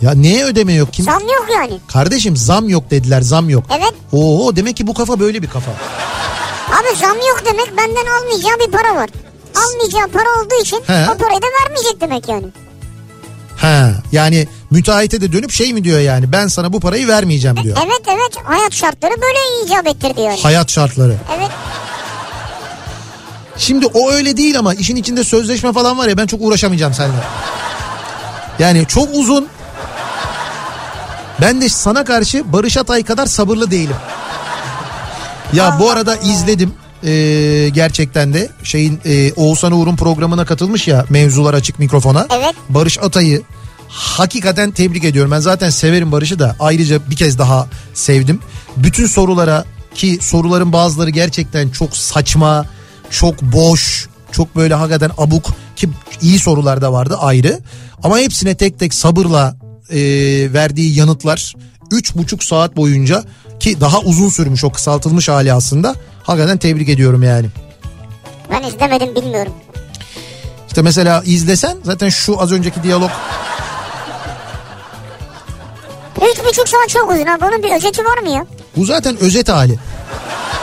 Speaker 1: Ya neye ödeme yok? Kim?
Speaker 2: Zam yok yani.
Speaker 1: Kardeşim zam yok dediler zam yok.
Speaker 2: Evet.
Speaker 1: Oo demek ki bu kafa böyle bir kafa.
Speaker 2: Abi zam yok demek benden almayacağı bir para var. Almayacağı para olduğu için
Speaker 1: He.
Speaker 2: o parayı da vermeyecek demek yani.
Speaker 1: Ha yani müteahhite de dönüp şey mi diyor yani ben sana bu parayı vermeyeceğim diyor.
Speaker 2: Evet evet hayat şartları böyle icap ettirdi yani.
Speaker 1: Hayat şartları.
Speaker 2: Evet.
Speaker 1: Şimdi o öyle değil ama işin içinde sözleşme falan var ya ben çok uğraşamayacağım seninle. Yani çok uzun. Ben de sana karşı Barış Atay kadar sabırlı değilim. Ya bu arada izledim. Ee, gerçekten de şeyin e, Oğuzhan Uğur'un programına katılmış ya mevzular açık mikrofona.
Speaker 2: Evet.
Speaker 1: Barış Atay'ı hakikaten tebrik ediyorum. Ben zaten severim Barış'ı da ayrıca bir kez daha sevdim. Bütün sorulara ki soruların bazıları gerçekten çok saçma, çok boş, çok böyle hakikaten abuk ki iyi sorular da vardı ayrı. Ama hepsine tek tek sabırla e, verdiği yanıtlar üç buçuk saat boyunca ki daha uzun sürmüş o kısaltılmış hali aslında. Hakikaten tebrik ediyorum yani.
Speaker 2: Ben izlemedim bilmiyorum.
Speaker 1: İşte mesela izlesen zaten şu az önceki diyalog
Speaker 2: Üç buçuk saat çok uzun abi onun bir özeti var mı ya?
Speaker 1: Bu zaten özet hali.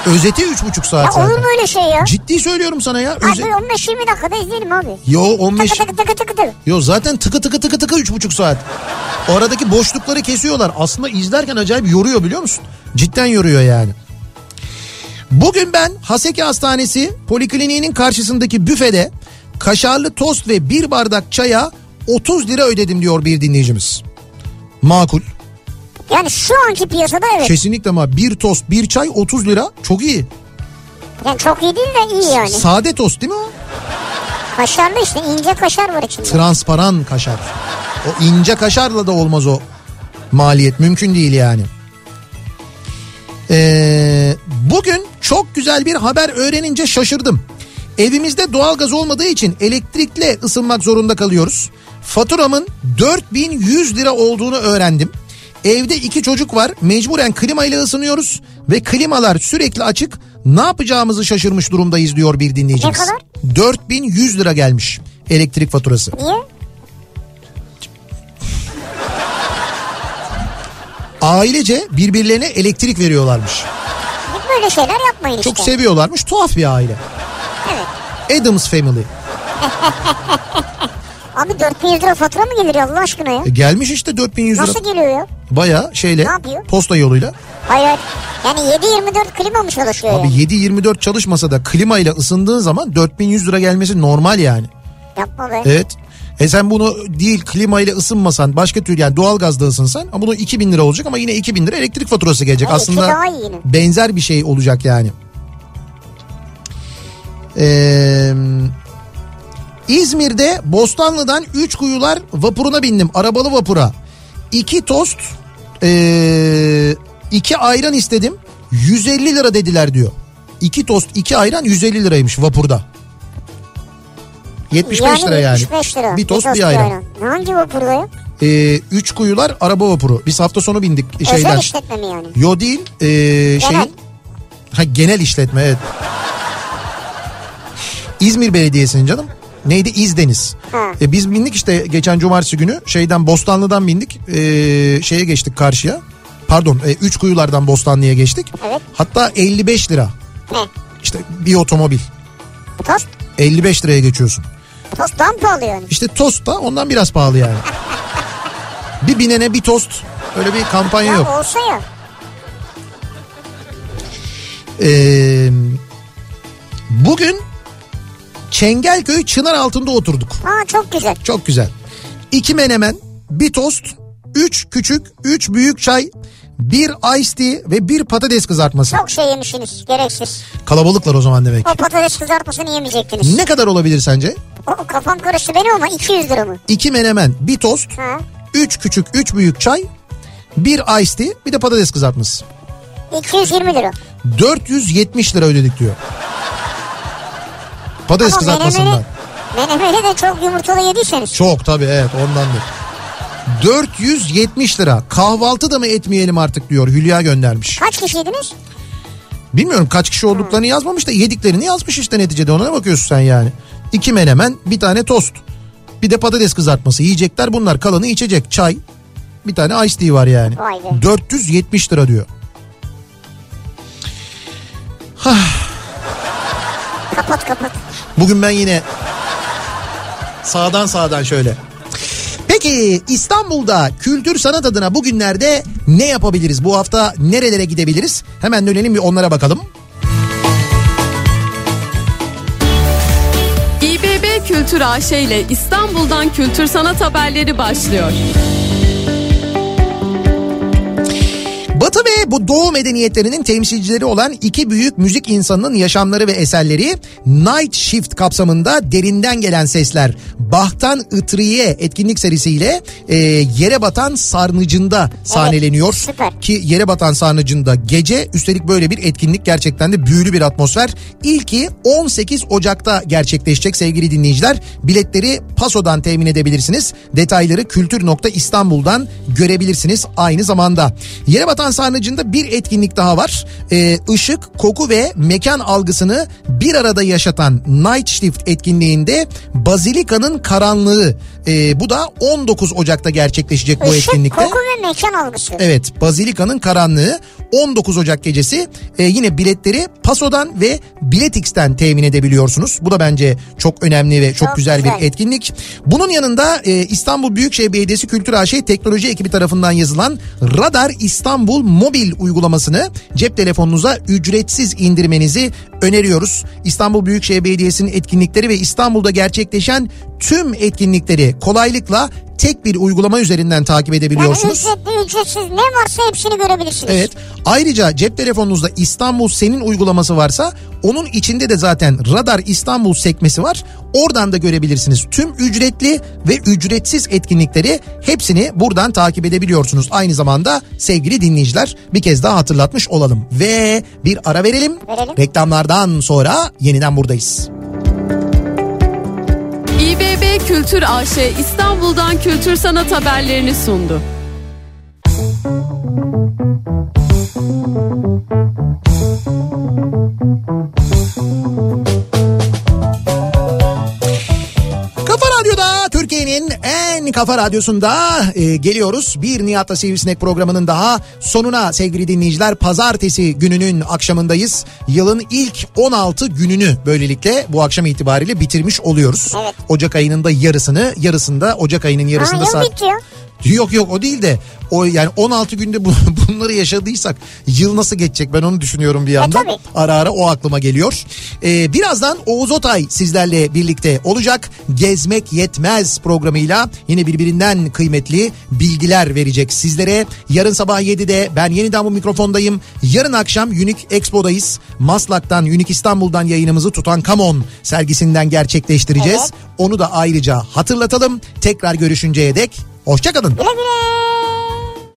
Speaker 1: Özeti üç buçuk
Speaker 2: Ya
Speaker 1: saat
Speaker 2: olur
Speaker 1: zaten.
Speaker 2: mu öyle şey ya?
Speaker 1: Ciddi söylüyorum sana ya.
Speaker 2: Abi
Speaker 1: Özet...
Speaker 2: 15-20 dakikada izleyelim abi.
Speaker 1: Yo 15...
Speaker 2: Tıkı tıkı tıkı tıkı tıkı.
Speaker 1: Yo zaten tıkı tıkı tıkı tıkı üç buçuk saat. O aradaki boşlukları kesiyorlar. Aslında izlerken acayip yoruyor biliyor musun? Cidden yoruyor yani. Bugün ben Haseki Hastanesi polikliniğinin karşısındaki büfede kaşarlı tost ve bir bardak çaya 30 lira ödedim diyor bir dinleyicimiz. Makul.
Speaker 2: Yani şu anki piyasada evet.
Speaker 1: Kesinlikle ama bir tost bir çay 30 lira çok iyi.
Speaker 2: Yani çok iyi değil de iyi yani.
Speaker 1: Sade tost değil mi o?
Speaker 2: Kaşarlı işte ince kaşar var içinde.
Speaker 1: transparan kaşar. O ince kaşarla da olmaz o maliyet. Mümkün değil yani. Ee, bugün çok güzel bir haber öğrenince şaşırdım. Evimizde doğalgaz olmadığı için elektrikle ısınmak zorunda kalıyoruz. Faturamın 4100 lira olduğunu öğrendim. Evde iki çocuk var mecburen klima ile ısınıyoruz ve klimalar sürekli açık. Ne yapacağımızı şaşırmış durumdayız diyor bir dinleyicimiz.
Speaker 2: Ne kadar?
Speaker 1: 4100 lira gelmiş elektrik faturası.
Speaker 2: Niye?
Speaker 1: Ailece birbirlerine elektrik veriyorlarmış.
Speaker 2: Hep böyle şeyler yapmayın
Speaker 1: Çok
Speaker 2: işte.
Speaker 1: seviyorlarmış. Tuhaf bir aile. Adams Family.
Speaker 2: Abi 4100 lira fatura mı gelir ya Allah aşkına ya?
Speaker 1: E gelmiş işte 4100 lira.
Speaker 2: Nasıl geliyor ya?
Speaker 1: Baya şeyle
Speaker 2: Ne yapıyor?
Speaker 1: posta yoluyla.
Speaker 2: Hayır hayır. Yani 7-24 klima mı çalışıyor
Speaker 1: Abi
Speaker 2: yani?
Speaker 1: 7-24 çalışmasa da klimayla ısındığın zaman 4100 lira gelmesi normal yani.
Speaker 2: Yapma be.
Speaker 1: Evet. E sen bunu değil klimayla ısınmasan başka türlü yani doğalgazla ısınsan ama bunu 2000 lira olacak ama yine 2000 lira elektrik faturası gelecek.
Speaker 2: Ha, iki
Speaker 1: Aslında
Speaker 2: daha iyi yine.
Speaker 1: benzer bir şey olacak yani. Ee, İzmir'de Bostanlı'dan 3 kuyular vapuruna bindim. Arabalı vapura. 2 tost 2 ayran istedim. 150 lira dediler diyor. 2 tost 2 ayran 150 liraymış vapurda. 75 lira yani.
Speaker 2: 75 lira.
Speaker 1: Bir tost bir ayran.
Speaker 2: Hangi vapurda ya?
Speaker 1: 3 kuyular araba vapuru. Biz hafta sonu bindik şeyler.
Speaker 2: Özel işletme mi yani?
Speaker 1: Yo değil e, şey.
Speaker 2: Genel.
Speaker 1: Ha genel işletme evet. İzmir Belediyesi'nin canım. Neydi? İzdeniz.
Speaker 2: Ha.
Speaker 1: E, biz bindik işte geçen cumartesi günü şeyden Bostanlı'dan bindik. E, şeye geçtik karşıya. Pardon e, üç kuyulardan Bostanlı'ya geçtik.
Speaker 2: Evet.
Speaker 1: Hatta 55 lira
Speaker 2: Ne?
Speaker 1: işte bir otomobil.
Speaker 2: Tost.
Speaker 1: 55 liraya geçiyorsun.
Speaker 2: Tost daha mı pahalı yani?
Speaker 1: İşte tost da ondan biraz pahalı yani. bir binene bir tost. Öyle bir kampanya yok.
Speaker 2: Ya olsa ya.
Speaker 1: Ee, bugün Çengelköy Çınar altında oturduk.
Speaker 2: Aa çok güzel.
Speaker 1: Çok güzel. İki menemen, bir tost, üç küçük, üç büyük çay, bir ice tea ve bir patates kızartması.
Speaker 2: Çok şey yemişsiniz. Gereksiz.
Speaker 1: Kalabalıklar o zaman demek.
Speaker 2: O patates kızartmasını yemeyecektiniz.
Speaker 1: Ne kadar olabilir sence?
Speaker 2: O, kafam karıştı benim ama 200 lira mı?
Speaker 1: İki menemen, bir tost,
Speaker 2: Ha.
Speaker 1: üç küçük, üç büyük çay, bir ice tea, bir de patates kızartması.
Speaker 2: 220 lira.
Speaker 1: 470 lira ödedik diyor. Patates
Speaker 2: Ama
Speaker 1: kızartmasından.
Speaker 2: menemeni, menemeni de çok yumurtalı yediyseniz.
Speaker 1: Çok tabii evet ondandır. 470 lira. Kahvaltı da mı etmeyelim artık diyor Hülya göndermiş.
Speaker 2: Kaç kişi yediniz?
Speaker 1: Bilmiyorum kaç kişi olduklarını yazmamış da yediklerini yazmış işte neticede ona ne bakıyorsun sen yani. İki menemen bir tane tost. Bir de patates kızartması yiyecekler bunlar kalanı içecek çay. Bir tane ice tea var yani.
Speaker 2: Vay be.
Speaker 1: 470 lira diyor.
Speaker 2: Kapat kapat.
Speaker 1: Bugün ben yine sağdan sağdan şöyle. Peki İstanbul'da kültür sanat adına bugünlerde ne yapabiliriz? Bu hafta nerelere gidebiliriz? Hemen dönelim bir onlara bakalım.
Speaker 4: İBB Kültür AŞ ile İstanbul'dan kültür sanat haberleri başlıyor.
Speaker 1: Batı ve bu doğu medeniyetlerinin temsilcileri olan iki büyük müzik insanının yaşamları ve eserleri Night Shift kapsamında derinden gelen sesler Bahtan Itriye etkinlik serisiyle e, Yere Batan Sarnıcı'nda sahneleniyor.
Speaker 2: süper.
Speaker 1: Ki Yere Batan Sarnıcı'nda gece üstelik böyle bir etkinlik gerçekten de büyülü bir atmosfer. İlki 18 Ocak'ta gerçekleşecek sevgili dinleyiciler. Biletleri Paso'dan temin edebilirsiniz. Detayları kültür.istanbul'dan görebilirsiniz aynı zamanda. Yere Batan Sarnıcı'nda bir etkinlik daha var. Ee, ışık, koku ve mekan algısını bir arada yaşatan Night Shift etkinliğinde Bazilika'nın karanlığı. Ee, bu da 19 Ocak'ta gerçekleşecek bu
Speaker 2: Işık,
Speaker 1: etkinlikte.
Speaker 2: koku ve mekan algısı.
Speaker 1: Evet Bazilika'nın karanlığı 19 Ocak gecesi E, yine biletleri Paso'dan ve Biletix'ten temin edebiliyorsunuz. Bu da bence çok önemli ve çok,
Speaker 2: Çok
Speaker 1: güzel, bir
Speaker 2: güzel.
Speaker 1: etkinlik. Bunun yanında e, İstanbul Büyükşehir Belediyesi Kültür AŞ teknoloji ekibi tarafından yazılan Radar İstanbul mobil uygulamasını cep telefonunuza ücretsiz indirmenizi öneriyoruz. İstanbul Büyükşehir Belediyesi'nin etkinlikleri ve İstanbul'da gerçekleşen tüm etkinlikleri kolaylıkla tek bir uygulama üzerinden takip
Speaker 2: Yani
Speaker 1: edebiliyorsunuz.
Speaker 2: ücretli ücretsiz ne varsa hepsini görebilirsiniz.
Speaker 1: Evet. Ayrıca cep telefonunuzda İstanbul Senin uygulaması varsa onun içinde de zaten Radar İstanbul sekmesi var. Oradan da görebilirsiniz. Tüm ücretli ve ücretsiz etkinlikleri hepsini buradan takip edebiliyorsunuz. Aynı zamanda sevgili dinleyiciler bir kez daha hatırlatmış olalım. Ve bir ara verelim.
Speaker 2: Verelim.
Speaker 1: Reklamlardan sonra yeniden buradayız.
Speaker 4: İBB Kültür AŞ İstanbul'dan kültür sanat haberlerini sundu.
Speaker 1: Kafa Radyo'da Türkiye'nin en kafa radyosunda e, geliyoruz. Bir Nihat'la Sivrisinek programının daha sonuna sevgili dinleyiciler. Pazartesi gününün akşamındayız. Yılın ilk 16 gününü böylelikle bu akşam itibariyle bitirmiş oluyoruz.
Speaker 2: Evet.
Speaker 1: Ocak ayının da yarısını, yarısında Ocak ayının
Speaker 2: Aa,
Speaker 1: yarısında
Speaker 2: yıl
Speaker 1: saat...
Speaker 2: bitti ya.
Speaker 1: Yok yok o değil de o yani 16 günde bu- bunları yaşadıysak yıl nasıl geçecek ben onu düşünüyorum bir yandan.
Speaker 2: tabii.
Speaker 1: Ara ara o aklıma geliyor. Ee, birazdan Oğuz Otay sizlerle birlikte olacak. Gezmek Yetmez programıyla yine birbirinden kıymetli bilgiler verecek sizlere. Yarın sabah 7'de ben yeniden bu mikrofondayım. Yarın akşam Unique Expo'dayız. Maslak'tan, Unique İstanbul'dan yayınımızı tutan Kamon sergisinden gerçekleştireceğiz. Onu da ayrıca hatırlatalım. Tekrar görüşünceye dek hoşçakalın.
Speaker 2: Güle güle.